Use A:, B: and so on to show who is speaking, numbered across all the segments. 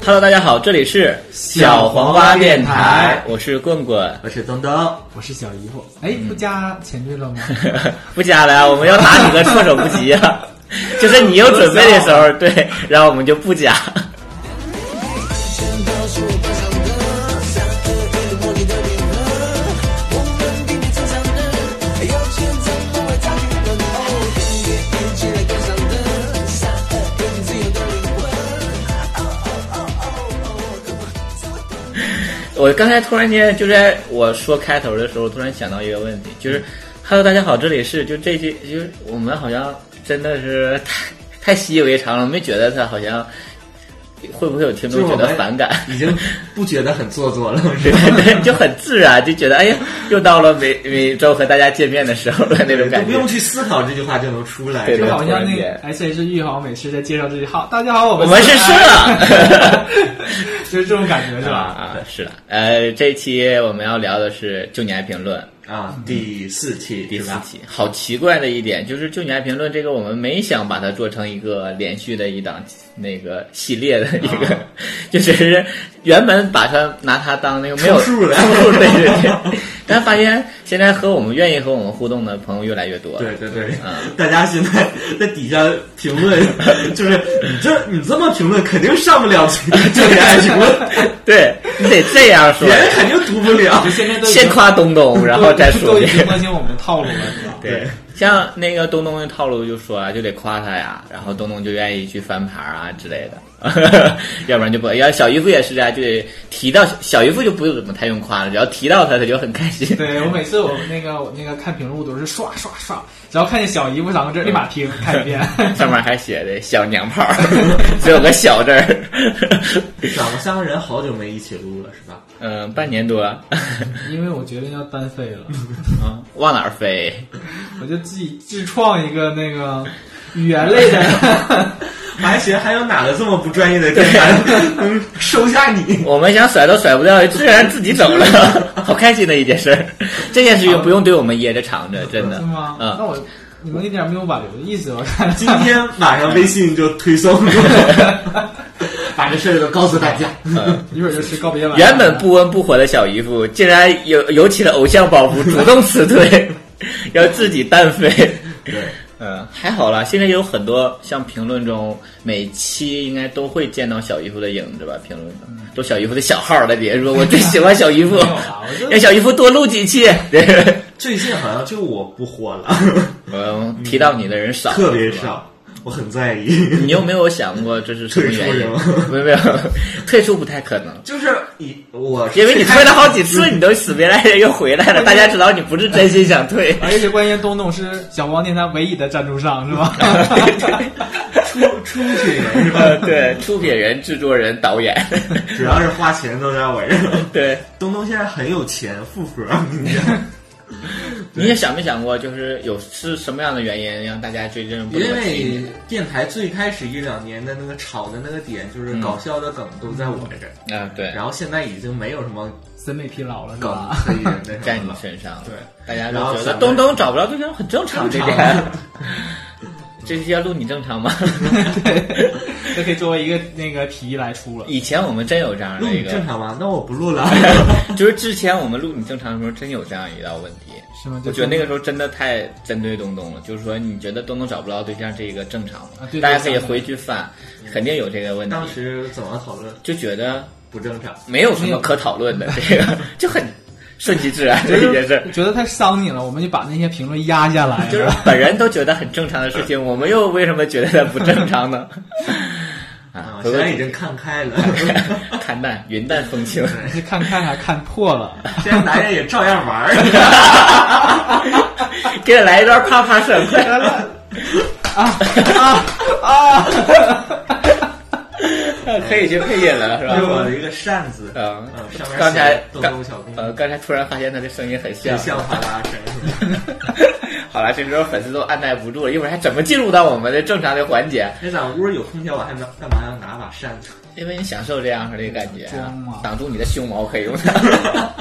A: Hello，大家好，这里是
B: 小黄
A: 蛙
B: 蛙
A: 电
B: 电台
A: 我是棍棍，
B: 我是东东，
C: 我是小姨夫。哎，不加前缀了吗？
B: 嗯
A: 不加了呀，我们要打你个措手不及 啊！就是你有准备的时候，对，然后我们就不加。 我刚才突然间就在我说开头的时候，突然想到一个问题，
B: 嗯
A: 就是，Hello，大家好，这里是就这期，就是我们好像真的是太 太习以为常了，没觉得它好像会不会有听
B: 就是
A: 众
B: 我
A: 觉
B: 们
A: 得反感？
B: 已经不觉得很做作了，是
A: 对
B: 吧？
A: 对， 就很自然，就觉得哎呀，又到了每每周和大家见面的时候了那种
B: 都
A: 感
B: 不
A: 觉。
B: 用去思考这句话就能出来，
A: 对
B: 是
C: 就
A: 对
B: 吧？
C: 好像那哎
A: 突
C: 个
A: 然
C: S H 玉好美食在介绍自己，好，大家好，我
A: 我
C: 们
A: 们是社
C: 四 爱， 就是这种感觉是
A: 啊
C: 吧？
A: 啊，是的，呃，这一期我们要聊的是旧年评论
C: 嗯
B: 啊，第四期，
A: 第四
B: 是吧，
A: 期。好奇怪的一点就是旧年评论这个，我们没想把它做成一个连续的一档那个系列的一
B: 啊
A: 个， 就只是原本把它拿它当那个 没有
B: 凑数 的
A: 凑数对对 对。但发现现在和我们愿意和我们互动的朋友越来越多，
B: 对对对
A: 嗯，
B: 大家现在在底下评论， 就是你这你这么评论，肯定上不了 这个爱评论，
A: 对，你得这样说
B: 别，人肯定读不了
C: 就。现在都已经
A: 啊 先夸东 东，然后再说
C: 都
A: 别
C: 已
A: 人
C: 经 摸清我们套路了，是吧？
B: 对，
A: 像那个东东的套路就说啊，就得夸他呀，然后东东就愿意去翻牌啊之类的， 要不然就不。要小姨夫也是啊，就得提到小姨夫就不用怎么太用夸了，只要提到他他就很开心。
C: 对我每次我那个我那个看评论我都是刷刷刷，只要看见小姨夫三个字立马听看一遍。
A: 上面还写的小娘炮， 只有个小字儿，
B: 咱们三个人好久没一起录了，是吧？
A: 嗯、半年多，
C: 因为我决定要单飞了，
A: 嗯 往哪儿飞？
C: 我就自己自创一个那个语言 类的，
B: 我还寻思还有哪个这么不专业的电台能收下你？
A: 我们想甩都甩不掉，居然自己走了， 好开心的一件事儿。这件事情不用对我们掖着藏着，真的。
C: 是吗？
A: 嗯
C: 那我你们一点没有挽留的意思，我看。
B: 今天晚上微信就推送了， 把这事儿都告诉大家。
A: 嗯
C: 一会儿就吃告别 晚
A: 原本不温不火的小姨夫，竟然有有起了偶像包袱，主动辞 退，要自己单飞。
B: 对，
A: 嗯，还好啦，现在有很多像评论中每期应该都会见到小姨夫的影子吧？评论中
B: 嗯
A: 都小姨夫的小号的，别人说我最喜欢小姨夫
C: 没有啦我觉，得
A: 让小姨夫多录几期。 对
B: 最近好像就我不火了，
A: 嗯，提到你的人少，
B: 特别
A: 是吧。
B: 少，我很在意。
A: 你有没有想过这是什么原因
B: 退出是吗？
A: 没有没有，退出不太可能。
B: 就是你，我
A: 因为你退了好几 次，你都死别赖人又回来 了，大家知道你不是真心想退。
C: 而且关键东东是小黄电台唯一的赞助商，是 吧？
B: 出出去人是吧？
A: 呃，对，出品人、制作人、导演，
B: 只要是花钱都在我这儿。
A: 对。
B: 东东现在很有钱，富婆，我跟你讲，
A: 你也想没想过，就是有是什么样的原因让大家对这种不
B: 因
A: 怎么提
B: 为
A: 你？
B: 电台最开始一两年的那个炒的那个点，就是搞笑的梗都在我这儿，
A: 啊，对，
B: 然后现在已经没有什么
C: 审美疲劳了，是
B: 梗
C: 吧？
B: 可以那什么
A: 在你
B: 了
A: 身上，
B: 对，
A: 大家都
B: 然后
A: 觉
B: 想
A: 得
B: 问
A: 东东找不着对象很正常，这
B: 正常
A: 点。 这期要录你正常吗？
C: 对，这可以作为一个那个题来出了。
A: 以前我们真有这样
B: 录
A: 的一
B: 你
A: 个，
B: 正常吗？那我不录 了。
A: 就是之前我们录你正常的时候，真有这样一道问题。
C: 是吗？
A: 我觉得那个时候真的太针对东东了，就是说你觉得东东找不着对象这个正常吗？
C: 啊对对
A: 大家可以回去翻，肯定有这个问题。
B: 当时怎么讨论？
A: 就觉得
B: 不正常。
A: 没有什么可讨论的，这个就很顺其自然的一件事儿。
C: 觉得太伤你了，我们就把那些评论压下来。
A: 就是本人都觉得很正常的事情，我们又为什么觉得它不正常呢？啊，回
B: 现
A: 过
B: 在已
A: 头
B: 经看开了，
A: 看 看淡云淡风轻，
C: 是看看还看 破了，
B: 现在男人也照样玩儿。
A: 给他来一段啪啪声，快！
C: 啊
A: 可以去配音了，是
B: 这是我
A: 吧？
B: 的一个扇子，
A: 嗯
B: 嗯，上面写着
A: 刚才
B: 动
A: 刚
B: 动小公
A: 呃，
B: 主，
A: 刚才突然发现他的声音很像
B: 像。像花拉声是吧？
A: 好了，这时候粉丝都按耐不住了，一会儿还怎么进入到我们的正常的环节？
B: 那哎咱屋有空调，我还没干嘛要拿把扇子？
A: 因为你享受这样式的感觉啊
C: 中啊，
A: 挡住你的胸毛可以用 它。啊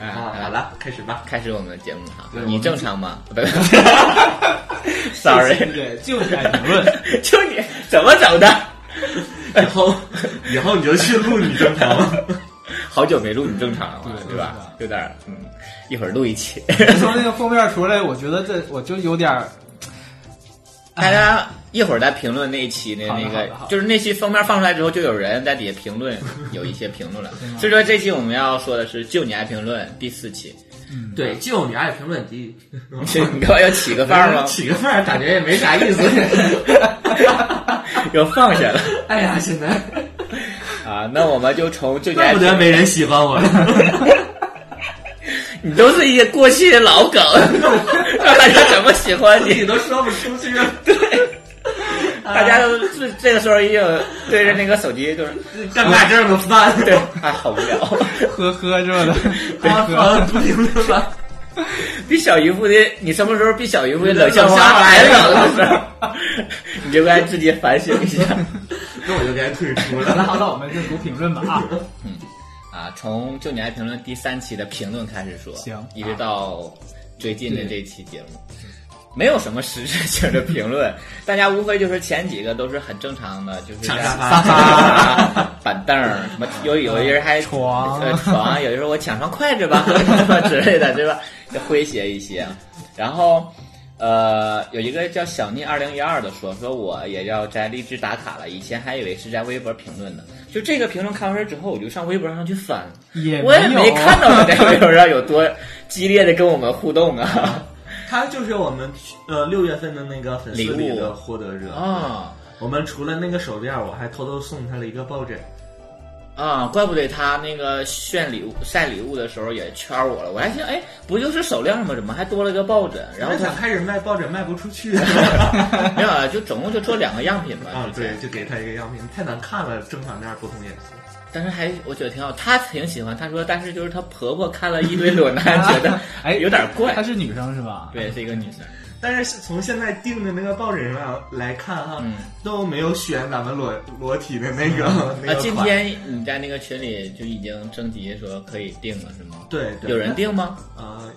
B: 啊，好，了，开始吧。
A: 开始我们的节目哈
C: 对，我
A: 你
C: 们
A: 正常 吗？不，sorry，
C: 对， 就是爱评论，
A: 就你怎么整的？
B: 以后 以后你就去录你正常了。
A: 好久没录你正常了，
C: 对
A: 对吧？
C: 对
A: 有点儿，嗯，一会儿录一期。
C: 从那个封面出来，我觉得这我就有点儿
A: 大家一会儿再评论那一期的
C: 好的
A: 那
C: 好
A: 个
C: 的好，的
A: 就是那期封面放出来之后，就有人在底下评论，有一些评论了
C: 吗。
A: 所以说这期我们要说的是“就你爱评论”第四期。
B: 对，就你爱评论低，？
A: 这你给我有嗯起个范儿吗
B: 起个范儿感觉也没啥 意思。
A: 有放下了
B: 哎呀，现在
A: 啊！那我们就从就你
B: 怪
A: 爱
B: 不
A: 评论
B: 得没人喜欢我了。
A: 你都是一些过气的老 梗，让大家怎么喜欢你？
B: 你都说不出去了，
C: 啊
A: 大家都是这个时候已经对着那个手机就是
B: 干大这儿的饭，
A: 对，啊，好无聊，
C: 呵呵这的，呵
B: 啊，
C: 呵
B: 好，不评 论了。
A: 比小姨夫的你什么时候比小姨夫的冷笑话还冷的时候， 你就该自己反省一下
B: 那我就该退出
C: 那好
B: 了。
C: 了，我们就读评论吧啊，
A: 啊。从就你爱评论第三期的评论开始说，
C: 行
A: 一直到最近的这期节目。没有什么实质性的评论，大家无非就是前几个都是很正常的，就是
B: 抢
A: 在
B: 沙发
A: 沙发、 板凳儿，什么有有一人还
C: 床
A: 呃床，有人说我抢双筷子吧 什么之类的，对吧？就诙谐一些。啊然后呃，有一个叫小宁二零一二的说，说我也要在荔枝打卡了，以前还以为是在微博评论的。就这个评论看完之后，我就上微博上去翻，
C: 也
A: 我也
C: 没
A: 没
C: 有啊
A: 看到他在微博上有多激烈的跟我们互动啊
B: 他就是我们呃六月份的那个粉丝礼的获得 者
A: 啊
B: 我们除了那个手链，我还偷偷送他了一个抱枕。
A: 啊！怪不得他那个炫礼物、晒礼物的时候也圈我了，我还想，哎，不就是手链吗？怎么还多了个抱枕？然后
B: 他 想
A: 他
B: 开始卖抱枕卖不出 去
A: 没有啊，就总共就做两个样品吧。
B: 啊，
A: 之前
B: 对，就给他一个样品，太难看了，正反面不同颜色。
A: 但是还我觉得挺好，她挺喜欢。她说，但是就是她婆婆看了一堆裸男，觉 得
C: 哎
A: 有点怪
C: 她。是女生是吧？
A: 对，是一个女生。
B: 但是从现在定的那个抱枕上来看哈，
A: 嗯
B: 都没有选咱们裸裸体的那个、那
A: 啊，
B: 个
A: 今
B: 款。
A: 天你在那个群里就已经征集说可以定了是吗？
B: 对对，
A: 有人定吗？
B: 呃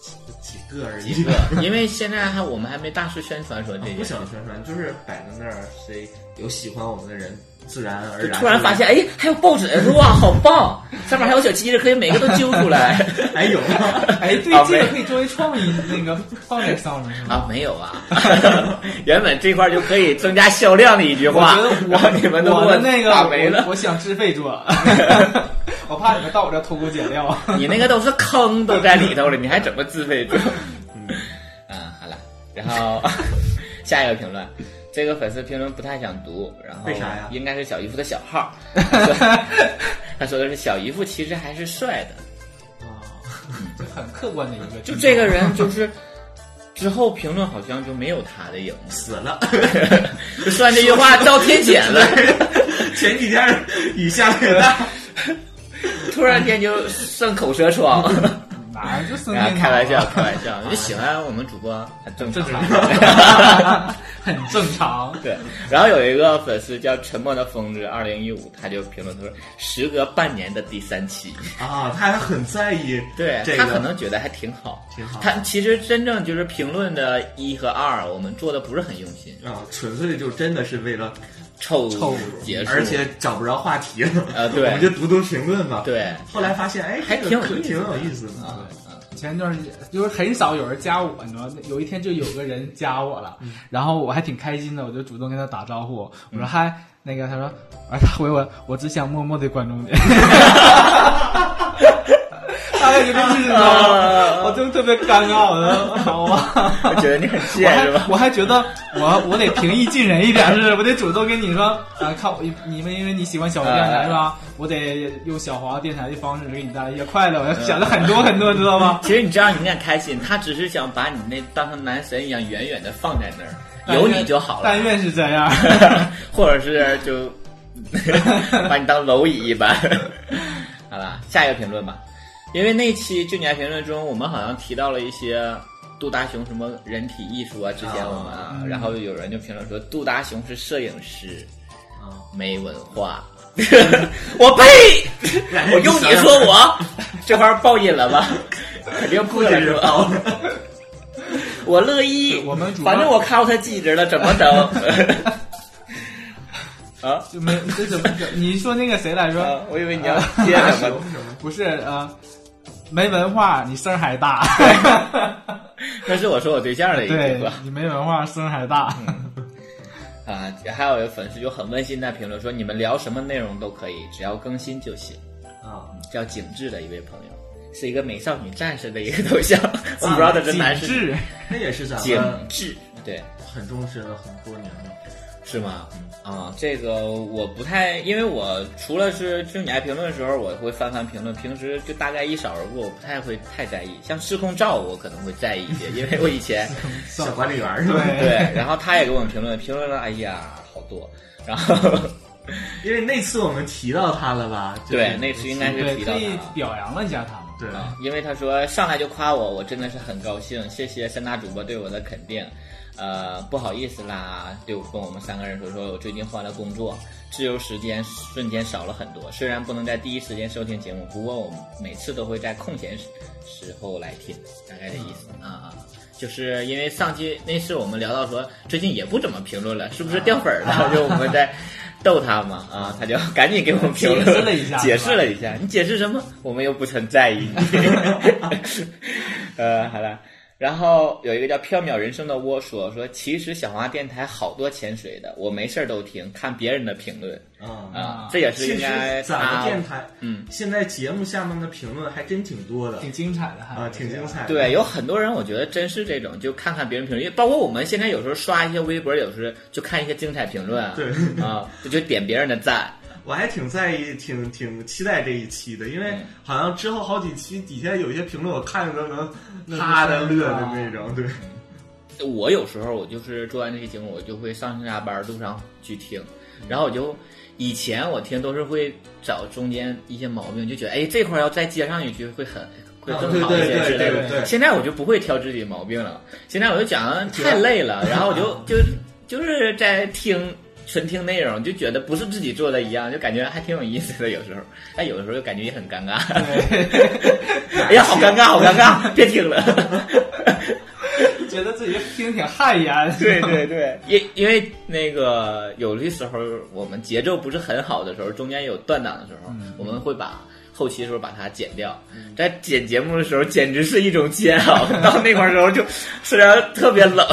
B: 几几个而已，
A: 几个？因为现在还我们还没大肆宣传说这
B: 啊不
A: 件事
B: 想宣传，就是摆在那儿，谁有喜欢我们的人，自然而
A: 就
B: 然。
A: 突然发现，哎，还有抱枕，哇，好棒！上面还有小鸡子，可以每个都揪出来
B: 还有吗？
C: 哎，对
A: 啊，
C: 这个
A: 没
C: 可以作为创意那个放在上面是吗？
A: 啊？没有 啊，原本这块就可以增加销量的一句
C: 我
A: 话
C: 觉得，
A: 然后你们都
C: 我
A: 给
C: 我的那个
A: 打没了
C: 我。我想自费 做，我怕你们到我这儿偷工减料。
A: 你那个都是坑都在里头了，你还怎么自 费做？啊，好了，然后 下一个评论，这个粉丝评论不太想读，然后
B: 为啥呀
A: 应该是小姨夫的小 号，他说他说的是小姨夫其实还是帅的，
C: 这很客观的一个，
A: 就这个人就是。之后评论好像就没有他的影子，
B: 死了！
A: 就算这句话遭天谴了，
B: 前几天以下很大，
A: 突然间就剩口舌疮。
C: 哪儿就生病
A: 啊
C: 了，
A: 开玩 笑，开玩笑，你就喜欢我们主播很正
C: 正
A: 常。
C: 常， 很正常。
A: 对，然后有一个粉丝叫沉默的疯子二零一五，他就评论他说，时隔半年的第三期，
B: 啊，他还很在意，
A: 对、
B: 这
A: 他可
B: 个
A: 能觉得还挺好。
B: 挺好。
A: 他其实真正就是评论的一和二，我们做的不是很用心，
B: 啊，纯粹就真的是为了，
A: 臭
C: 臭
A: 结束，
B: 而且找不着话题了
A: 啊对
B: 我们就读读评论吧。，
A: 对，
B: 后来发现，哎，
A: 还
B: 这个
A: 挺有
B: 可
A: 意思
B: 挺有
A: 的
B: 意思的。
A: 啊啊
C: 前一段时间就是很少有人加我，你知道，有一天就有个人加我了，
A: 嗯
C: 然后我还挺开心的，我就主动跟他打招呼，我说嗨，那个他说， 而他回我，我只想默默的关注你。大概就这意思，你知道吗？ 我就特别尴尬，我说 好吧。
A: 我觉得你很
C: 我
A: 贱
C: 还
A: 是吧？
C: 我还觉得我我得平易近人一点，是不是我得主动跟你说啊，看我你们因为你喜欢小华电台是吧？
A: 哎
C: 我得用小华电台的方式给你带来一些快乐，我
A: 嗯
C: 想了很多很多，知道吗？
A: 其实你知道你们俩开心，他只是想把你那当成男神一样远远的放在那儿， 有你就好了，
C: 但愿是这样。
A: 或者是就 把你当蝼蚁一 般。好了，下一个评论吧，因为那期就你爱评论中，我们好像提到了一些杜达雄什么人体艺术啊，之前我们啊，然后有人就评论说杜达雄是摄影师，没文 化。我呸！
B: 啊
A: 我用你说我，这玩意儿报应了 吧？肯定破了是吧？ 我乐意，
C: 我们主要
A: 反正我看过他记着了，怎么 整？啊
C: 就没这怎么整？你说那个谁来
A: 啊
C: 着？！
A: 我以为你要接啊什 么，
C: 不是啊、呃没文化，你声儿还大。
A: 那是我说我哎对嗯象的一
C: 对
A: 句话
C: 你没文化，声儿还大。
A: 啊。还有一个粉丝就很温馨的评论说：“你们聊什么内容都可以，只要更新就行。”
B: 啊，
A: 叫景致的一位朋友，是一个美少女战士的一个头像，我不知道他真男
C: 啊
A: 是
C: 紧致，
B: 那也是咱
A: 景
B: 们
A: 致，对。
B: 很重视了很多年了。
A: 是吗？啊，这个我不太，因为我除了是就你爱评论的时候，我会翻翻评论，平时就大概一扫而过，我不太会太在意。像失控照，我可能会在意一些，因为我以前
B: 小管理员是吧？
C: 对
A: 对，然后他也给我们评论，评论了，哎呀，好多。然后
B: 因为那次我们提到他了吧？就是
A: 对，那次应该是
C: 对，
A: 提到
C: 特意
A: 他
C: 表扬了一下他们。
B: 对，
A: 啊，因为他说上来就夸我，我真的是很高兴，谢谢三大主播对我的肯定。呃，不好意思啦，对我跟我们三个人说说，我最近换了工作，自由时间瞬间少了很多。虽然不能在第一时间收听节目，不过我每次都会在空闲时时候来听，大概的意
C: 嗯
A: 思啊啊。就是因为上期那次我们聊到说，最近也不怎么评论了，是不是
C: 啊
A: 掉粉儿 了？就我们在逗他嘛啊，他就赶紧给我们评论，
C: 嗯解释了一下
A: 解释了一下，你解释什么？我们又不曾在 意你。呃，好了。然后有一个叫“缥缈人生”的窝说说，其实小黄鸭电台好多潜水的，我没事儿都听，看别人的评论
B: 嗯，
A: 啊
C: 啊，
A: 这也是
B: 其
A: 应
B: 实
A: 该
B: 咱们
A: 他
B: 电台
A: 嗯，
B: 现在节目下面的评论还真挺多的
C: 挺精彩的，还
B: 啊，挺精彩。的。
A: 对，有很多人我觉得真是这种，就看看别人评论，因为包括我们现在有时候刷一些微博，有时候就看一些精彩评论啊，
B: 对，
A: 啊，就就点别人的赞，
B: 我还挺在意、挺挺期待这一期的，因为
A: 嗯
B: 好像之后好几期底下有一些评论，我看着都能哈的乐的那种。对，
A: 我有时候我就是做完这些节目，我就会上下班路上去听，
B: 嗯
A: 然后我就以前我听都是会找中间一些毛病，就觉得哎这块儿要再接上一句会很会
B: 啊
A: 更好一
B: 对
A: 些
B: 对
A: 之类
B: 对对
A: 的。
B: 对
A: 现在我就不会挑自己毛病了，现在我就讲太累了，然后我就就就是在听。纯听内容就觉得不是自己做的一样，就感觉还挺有意思的。有时候，但有的时候又感觉也很尴尬。哎呀，好尴尬，好尴尬，别听了。
C: 觉得自己听挺汗颜。
A: 对对对， 因因为那个有的时候我们节奏不是很好的时候，中间有断档的时候，
B: 嗯
A: 我们会把后期的时候把它剪掉。在剪节目的时候，简直是一种煎熬。 到那块儿的时候就，虽然特别冷，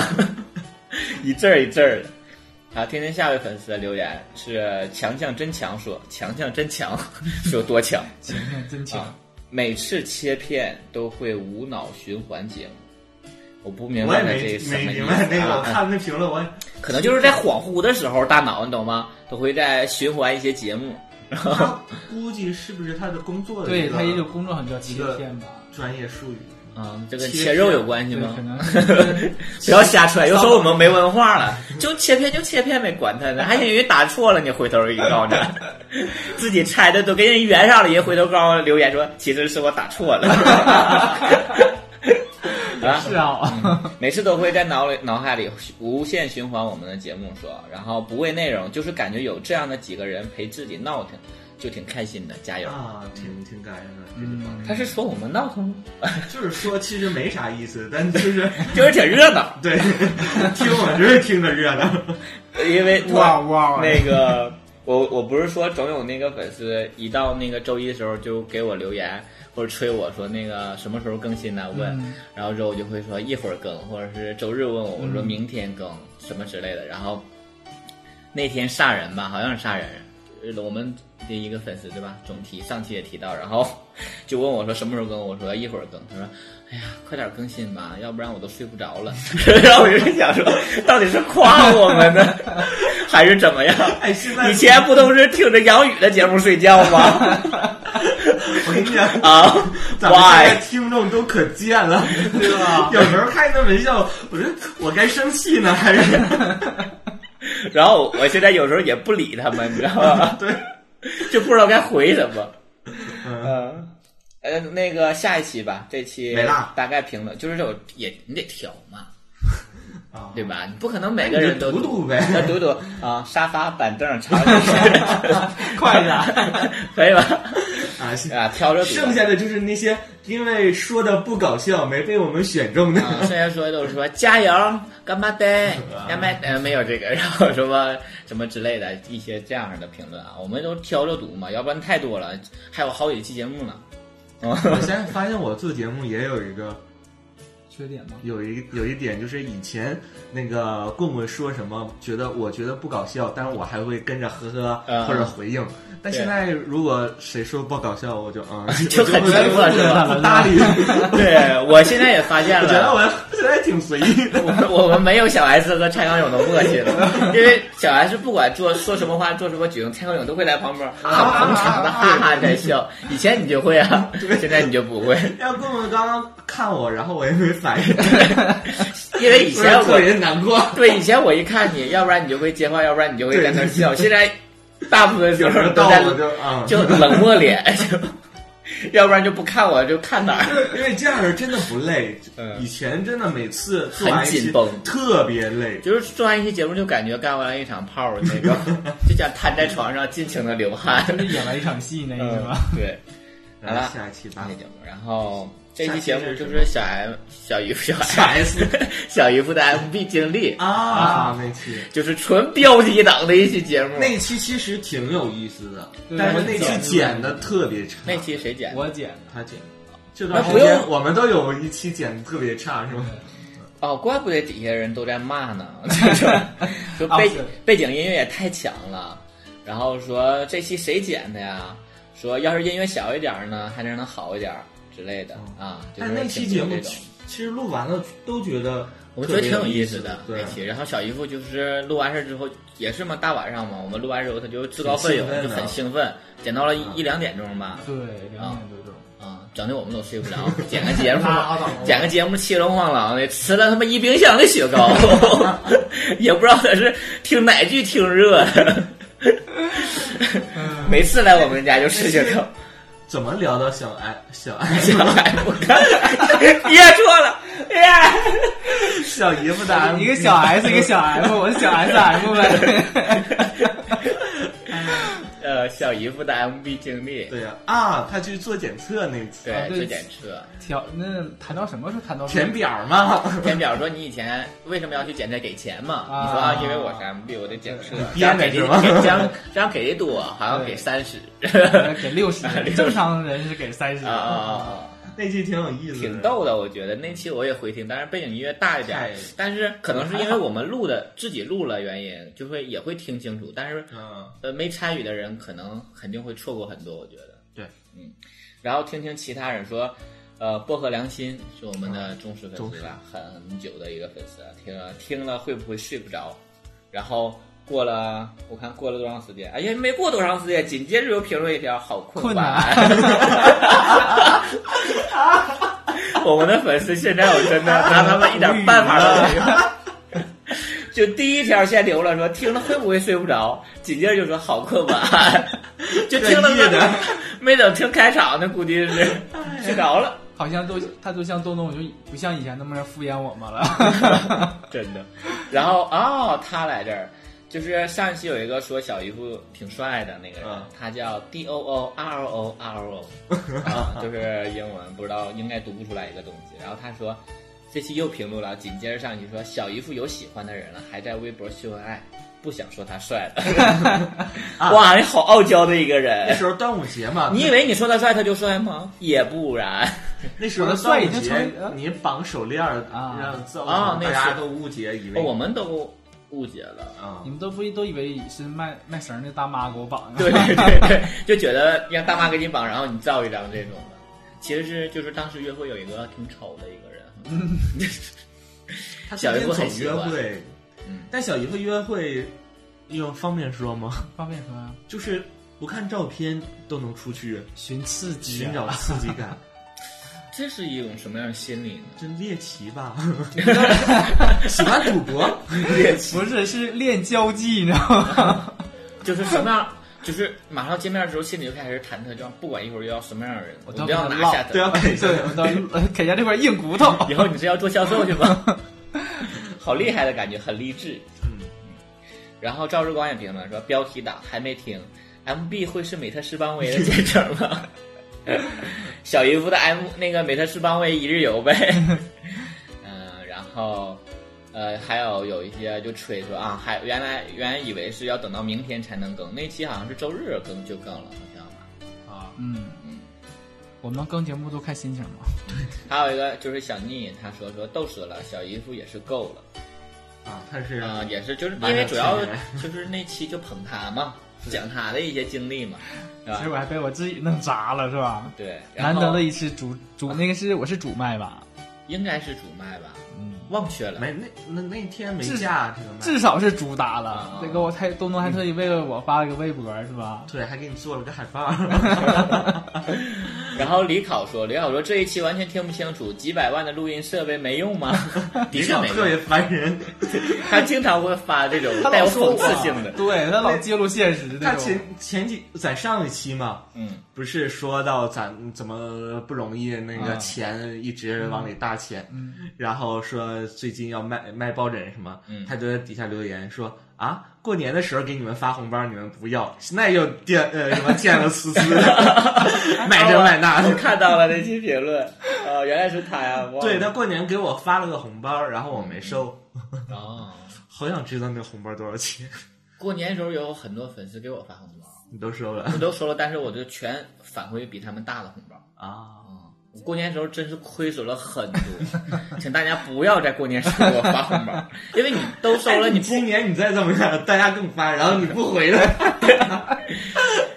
A: 一阵儿一阵儿的。好，听听下位粉丝的留言是强强真强说，强强真强 是有多强？
C: 晴天真晴，
A: 啊每次切片都会无脑循环节目，我不明
B: 我也
A: 白他这
B: 没
A: 是什
B: 没
A: 么意
B: 明
A: 思
B: 白那个，
A: 啊
B: 我看那评论 我也
A: 可能就是在恍惚的时候，大脑你懂吗？都会在循环一些节目。
B: 他估计是不是他的工作的
C: 对
B: 一个
C: 他也有工作很叫切片吧？
B: 专业术语？
A: 嗯，这跟
B: 切
A: 切肉
B: 片
A: 有关系
C: 对，
A: 吗
C: 可？能是
A: 不要瞎揣，又说我们没文化了，就切片就切片呗，管他呢，还以为打错了呢，回头一告呢，自己猜的都给人圆上了，人回头告留言说其实是我打错了， 啊，
C: 是啊，
A: 每次都会在脑里脑海里无限循环我们的节目说，然后不为内容，就是感觉有这样的几个人陪自己闹腾，就挺开心的，加油！
B: 啊，挺挺感人的这句话，
C: 嗯，
A: 他是说我们闹腾吗，
B: 就是说其实没啥意思，但就是，
A: 就是挺热闹
B: 对， 听我就是听着热闹。
A: 因为
C: 哇
A: 我
C: 哇哇，
A: 那个我我不是说总有那个粉丝一到那个周一的时候就给我留言或者催我说那个什么时候更新呢？问，
C: 嗯
A: 然后之后我就会说一会儿更，或者是周日问我，我说明天更、什么之类的，然后那天杀人吧，好像是杀人。呃我们的一个粉丝对吧？总提上期也提到，然后呃就问我说什么时候更，我说一会儿更，他说。哎呀，快点更新吧，要不然我都睡不着了。然后我就想说，到底是夸我们呢，还是怎么样？
B: 哎，现在
A: 以前不都是听着杨宇的节目睡觉吗？
B: 我跟你讲，
A: 啊
B: 咱们现在
A: ，why？
B: 听众都可贱了，
C: 对吧？
B: 有时候开那玩笑，我说我该生气呢，还是？
A: 然后我现在有时候也不理他们，你知道吗
B: 对，
A: 就不知道该回什么。
B: 嗯，
A: 嗯，呃，那个下一期吧，这期
B: 没啦
A: 大概评论就是有也你得挑嘛，
B: 啊
A: 对吧？你不可能每个人都
B: 你就读读呗
A: 那读读啊，沙发、板凳、长 椅，
C: 快点，
A: 可以吧？
B: 啊，
A: 啊，挑着读。
B: 剩下的就是那些因为说的不搞笑没被我们选中的，
A: 啊，剩下说的都是说加油，干嘛 的，干嘛呃没有这个， 然后什么什么之类的一些这样的评论啊，我们都挑着读嘛，要不然太多了，还有好几期节目呢。
B: 我现在发现我做节目也有一个
C: 缺点吗？
B: 有一有一点就是以前那个棍棍说什么，觉得我觉得不搞笑，但是我还会跟着呵呵
A: 嗯
B: 或者回应。但
A: 对
B: 现在如果谁说不搞笑，我就嗯，
A: 就很
B: 我
A: 沉默是吧
B: 不 搭理。
A: 对我现在也发现
B: 我
A: 了，
B: 觉得我现在挺随意的。
A: 我我们没有小 S 和蔡康永的默契了，因为小 S 不管做说什么话、做什么举动，蔡康永都会在旁边很捧场的哈哈在笑。以前你就会啊，现在你就不会，
B: 要棍棍刚刚看我，然后我也没反应，
A: 因为以前
B: 特
A: 我
B: 别难过。
A: 对以前我一看你，要不然你就会接话，要不然你就会在那笑。现在大部分时
B: 有
A: 候
B: 人
A: 都
B: 到
A: 在
B: 我就啊，
A: 就冷漠脸，就要不然就不看我，就看哪儿。
B: 因为这样是真的不累。
A: 嗯
B: 以前真的每次做完一
A: 很
B: 期
A: 紧绷
B: 特别累。
A: 就是做完一期节目，就感觉干完了一场炮儿，那个就像瘫在床上尽情的流汗。
C: 就是演了一场戏那意思吧？
A: 嗯对，好
B: 然
A: 了
B: 后下一期吧
A: 那，节目，然后这期节目就是小 M 小姨 夫小
B: 小 S
A: 小姨夫的 MB 经历，
B: 啊，那期。
A: 就是纯标题党的一期节目。
B: 那期其实挺有意思的，
C: 对
B: 但是
C: 我
B: 那
C: 剪
B: 期剪的特别差。
A: 那期谁剪的？
C: 我剪的。
B: 他剪，这段时
A: 那不哎
B: 间
A: 用
B: 我们都有一期剪的特别差，是吗？
A: 哦，怪不得底下人都在骂 呢，就是说
B: 哦
A: 背景
C: 啊
A: 背景音乐也太强了，然后说这期谁剪的呀？说要是音乐小一点儿呢，还能能好一点儿之类的啊。就是
B: 哦哎但那期
A: 挺
B: 节
A: 多
B: 目
A: 这种
B: 其其实录完了都觉得
A: 我觉
B: 特
A: 得
B: 别
A: 挺有
B: 有
A: 意思
B: 的
A: 的，
B: 对
A: 那，期。然后小姨夫就是录完事之后也是嘛，大晚上嘛，我们录完之后他就自告
B: 挺
A: 奋
B: 兴
A: 勇，
B: 奋
A: 就
B: 的
A: 很兴奋，剪到了一
B: 啊
A: 一两点钟吧，
C: 对，两点多钟。
A: 啊，整的我们都睡不着，剪个节目
C: 拉倒吧，
A: 剪个节目气龙晃朗的，吃了他妈一冰箱的雪糕， 也不知道他是听哪句听热的，
B: 嗯
A: 每次来我们家就吃雪糕，
B: 怎么聊到小爱小爱
A: 小孩不看，别说了，哎呀，
B: 小姨夫的
C: 一个小 S，一个小 M，我是小 S M 呗。
A: 呃，小姨夫的 MV 经历，
B: 对呀啊，他去做检测那次
C: 啊
A: 对，
C: 对
A: 做检测。
C: 调那谈到什么时候谈到
B: 填表嘛，
A: 填表说你以前为什么要去检测给钱嘛？
C: 啊
A: 你说啊，因为我是 MB，我得
B: 嗯
A: 检测，这
B: 编
A: 样
B: 的
A: 给的
B: 是吗
A: 这样这样给的多，好像给
C: 对嗯
A: 三十
C: 给六十，正常人是给三十
A: 啊啊啊！
C: 嗯
A: 啊！
B: 那期挺有意思的，
A: 挺逗的，我觉得那期我也回听，但是背景音乐大一点
B: 太，
A: 但是可能是因为我们录的自己录了原因，就会也会听清楚，但是
B: 嗯，
A: 呃没参与的人可能肯定会错过很多，我觉得。
B: 对，
A: 嗯，然后听听其他人说，呃，薄荷良心是我们的忠实粉
B: 啊忠
A: 丝
B: 实
A: 吧，很很久的一个粉丝，啊听了听了会不会睡不着？然后过了，我看过了多长时间？哎呀，没过多长时间，紧接着又评论一条，好困
C: 困
A: 晚
C: 难
A: 安。啊 我们的粉丝现在我真 的拿他们一点办法都没有。 就第一条先留了说听了会不会睡不着，紧接着就说好困晚 安，就听了
B: 专业的
A: 没等听开场呢，估计是睡着了。
C: 好像都他都像东东，我就不像以前那么敷衍我们了。
A: 真的。然后哦，他来这儿，就是上一期有一个说小姨夫挺帅的那个人，
B: 嗯
A: 他叫 D O O R O R O，啊，就是英文不知道应该读不出来一个东西。然后他说这期又评论了，紧接着上去说小姨夫有喜欢的人了，还在微博秀恩爱。不想说他帅了， 哇，你好傲娇的一个
B: 那
A: 人。
B: 时候端午节嘛，
A: 你以为你说他帅他就帅吗？也不然。
B: 那时候
C: 我的帅
B: 端
C: 已
B: 午
C: 经
B: 节
C: 成
B: 你绑手链儿
C: 啊
B: 让造
A: 啊啊那
B: 大家
A: 是
B: 都误解以为
A: 哦我们都误解了。
B: 啊
C: 你，们都不都以为是卖卖绳儿那大妈给我绑的，
A: 对对对对， 就觉得让大妈给你绑，然后你照一张这种的。其实是就是当时约会有一个挺丑的一个人，
B: 他
A: 小姨
B: 姨
A: 夫
B: 夫
A: 很
B: 总
A: 喜
B: 约
A: 欢
B: 会
A: 嗯，
B: 但小姨夫约会，要方便说吗？
C: 方便说呀，
B: 就是不看照片都能出去
C: 寻刺激
B: 寻
C: 啊，
B: 找刺激感，
A: 这是一种什么样的心理呢？
B: 真猎奇 吧？ 喜欢赌博，猎奇
C: 不是是练交际，你知道吗？
A: 就是什么样？就是马上见面的时候，心里就开始忐忑，就不管一会儿遇到什么样的人，我
C: 我
A: 都
C: 都
A: 要
C: 跟
A: 拿
C: 他
A: 下
C: 唠
A: 他。
B: 对啊，
C: 对，我到呃啃下这块硬骨头。
A: 以后你是要做销售去吗？ 好厉害的感觉，很励志。
B: 嗯
A: 然后赵志光也评论说，标题党还没听，MB 会是美特斯邦威的见证吗？ 小姨夫的 M 那个美特斯邦威一日游呗。 嗯，然后呃，还有有一些就吹说啊，还原来原来以为是要等到明天才能更，那期好像是周日更就更了，好像吧。
B: 啊，
C: 嗯，我们更节目都看心情嘛。
A: 还有一个就是小腻，他说说逗死了，小姨夫也是够了。
B: 啊，他是
C: 呃
A: 啊、也是，就是
B: 完
A: 因为
B: 了
A: 主要
B: 亲 人
A: 就是那期就捧他嘛，讲他的一些经历嘛，是
C: 结
A: 吧？
C: 果还被我自己弄砸了，是吧？
A: 对，然
C: 难
A: 后
C: 得的一次主主那个是我是主麦吧，
A: 应该是主麦吧，
C: 嗯，
A: 忘却了。
B: 没那那那天没
C: 至
B: 下这个麦，
C: 至少是主打
A: 啊
C: 了。那个我还东东还特意为了我发了个微博，是吧？
B: 对，还给你做了个海报。
A: 然后李考说，李考说这一期完全听不清楚，几百万的录音设备没用 吗？的
B: 李
A: 确
B: 爽
A: 没
B: 特别
A: 用，
B: 烦人，
A: 他经常会发这种
C: 他
A: 带
C: 老
A: 有
C: 说
A: 讽
C: 我
A: 刺性的，
C: 对他老揭露现实那
B: 他
C: 种
B: 前。前几在上一期嘛，
A: 嗯，
B: 不是说到咱怎么不容易，那个
C: 啊
B: 钱一直往里搭钱，
C: 嗯，
B: 然后说最近要卖卖抱枕什么，
A: 嗯
B: 他就在底下留言说啊，过年的时候给你们发红包，你们不要，现在又见呃什么见了呲呲 的，买这买那
A: 我
B: 的。
A: 看到了那期评 论，呃，原来是他呀，忘了
B: 对他过年给我发了个红包，然后我没收，
A: 哦，
B: 好想知道那个红包多少钱，
A: 过年的时候有很多粉丝给我发红包，
B: 你都收了
A: 我都收了，但是我就全返回比他们大的红包。
B: 啊？
A: 啊，我过年时候真是亏损了很 多，请大家不要在过年时候给我发红包，因为你都收了，你 不，
B: 今年你再这么干，大家更发，然后你不回 来，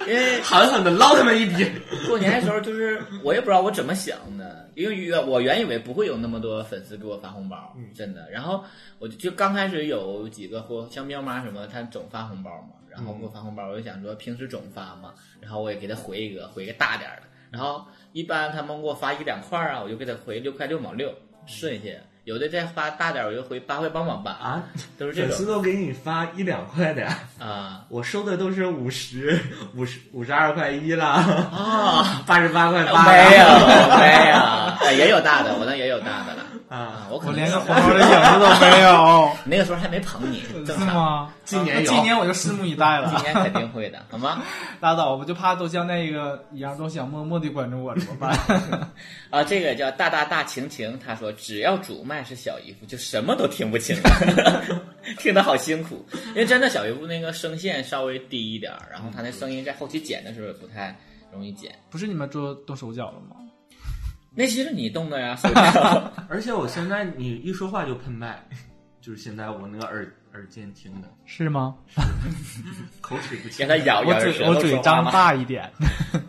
A: 因为
B: 狠狠的捞他们一笔。
A: 过年的时候就是我也不知道我怎么想的，因为原我原以为不会有那么多粉丝给我发红包，真的。然后我就就刚开始有几个或像喵妈什么，她总发红包嘛，然后给我发红包，我就想说平时总发嘛，然后我也给她回一个，回一个大点儿的。然后一般他们给我发一两块儿啊，我就给她回六块六毛六，顺一些。有的再发大点儿，我就回八块八毛八，
B: 啊，
A: 都是这
B: 粉丝
A: 种
B: 都给你发一两块的呀，
A: 啊
B: 我收的都是五十五十五十二块一啦，
A: 啊。
B: 八十八块八
A: 没有 没有，哎也有大的，我那也有大的了
B: 啊，
A: 啊！我可
C: 我
A: 能
C: 连个
A: 是
C: 红包的影子都没有，
A: 那个时候还没捧你，正
C: 是
A: 常。
C: 吗？
B: 今年
C: 那
B: 有
C: 今年我就拭目以待了
A: 今。年肯定会的，好吗？
C: 拉倒，我就怕都像那个一样，都想默默的关注我，怎么办？
A: 啊，这个叫大大大晴晴，他说只要主麦是小姨夫，就什么都听不清 了，听得好辛苦。因为真的小姨夫那个声线稍微低一点儿，然后他那声音在后期剪的时候也不太容易剪。
C: 不是你们做动手脚了吗？
A: 那些是你动的呀，手 脚
B: 而且我现在你一说话就喷麦，就是现在我那个耳耳尖听的，
C: 是吗？
B: 口齿不清。
A: 让他咬
C: 我
A: 咬着
C: 嘴
A: 舌
C: 我
A: 头
C: 嘴
A: 说话
C: 张
A: 嘛。
C: 大一点。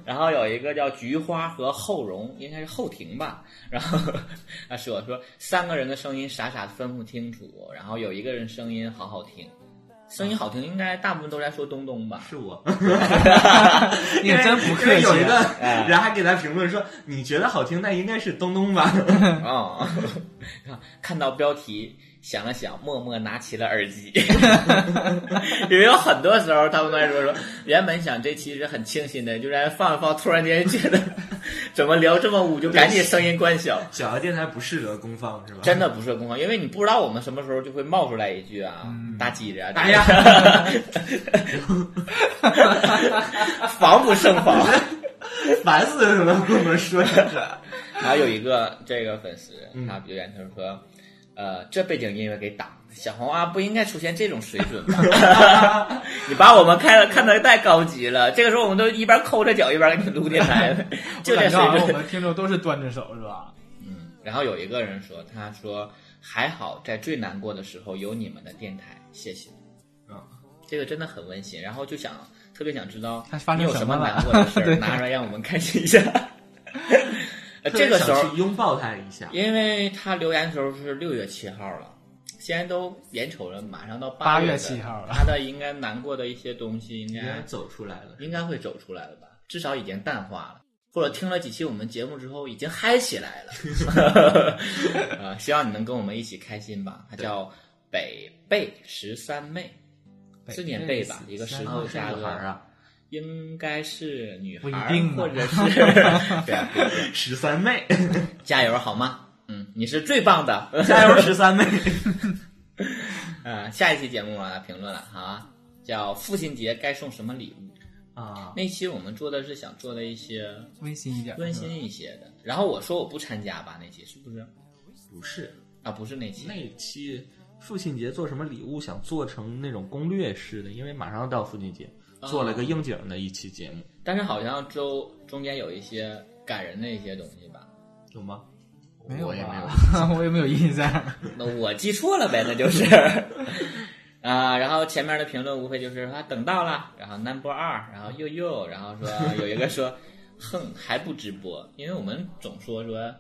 A: 然后有一个叫菊花和后荣，应该是后庭吧。然后 他说说三个人的声音傻傻分不清楚，然后有一个人声音好好听，声音好听应该大部分都在说东东吧？
B: 是我，
C: 你真不
B: 因
C: 客
B: 为
C: 气
B: 有一个
C: 啊。
A: 哎
B: 人还给他评论说，你觉得好听，那应该是东东 吧？
A: 啊、看到标题想了想，默默拿起了耳机，因为有很多时候他们在说说，原本想这期是很清新的，就在放一放，突然间觉得 怎么聊这么污，就赶紧声音关小。
B: 小额电台不适合公放是吧？
A: 真的不是公放，因为你不知道我们什么时候就会冒出来一句啊，大鸡子啊，
B: 哎呀，
A: 防不胜防。
B: 烦死了，跟我们说的。
A: 还有一个这个粉丝，
B: 嗯
A: 他留言他就说，呃，这背景音乐给挡了，小红啊不应该出现这种水准 吧？你把我们看看得太高级了，这个时候我们都一边抠着脚一边给你录电台， 就这
C: 我感
A: 水
C: 觉好像我
A: 准。
C: 们听众都是端着手是吧？
A: 嗯，然后有一个人说，他说还好在最难过的时候有你们的电台，谢谢。
B: 嗯，
C: 啊
A: 这个真的很温馨。然后就想特别想知道
C: 他发
A: 你
C: 生
A: 有
C: 什么
A: 么
C: 了
A: 难过的事儿
C: 对
A: 拿出来让我们开心一下。呃 这个时
B: 特别
A: 候
B: 想去拥抱他一下，
A: 因为他留言的时候是六月七号了，现在都眼瞅着马上到
C: 八
A: 月
C: 月
A: 份
C: 七号了
A: 他的应该难过的一些东西应
B: 应该
A: 该
B: 走出来了。
A: 应该会走出来了吧，至少已经淡化了，或者听了几期我们节目之后已经嗨起来了。呃，希望你能跟我们一起开心吧。他叫北贝十三妹，是念贝吧？一个石头
B: 是
A: 加
B: 女孩
A: 个，
B: 啊，
A: 应该是女
C: 不一
A: 孩儿
C: 定，呢
A: 或者是对啊对啊
B: 十三 妹，
A: 加油好吗？嗯，你是最棒的。
B: 加油十三妹，
A: 嗯，下一期节目啊，评论了啊，叫父亲节该送什么礼物？
B: 啊，
A: 那期我们做的是想做的一些
C: 温馨一点，
A: 温馨一些的，然后我说我不参加吧，那期是不是？
B: 不是
A: 啊，不是那期
B: 那，一期父亲节做什么礼物，想做成那种攻略式的，因为马上要到父亲节，
A: 啊
B: 做了个应景的一期节目，
A: 但是好像周中间有一些感人的一些东西吧？
B: 有吗？
C: 没有
B: 我也没有。
C: 吧？ 我也没有印象。
A: 那我记错了呗，那就是。 啊，然后前面的评论无非就是啊等到了，然后 number 二，然后又又，然后说有一个说，哼还不直播，因为我们总说说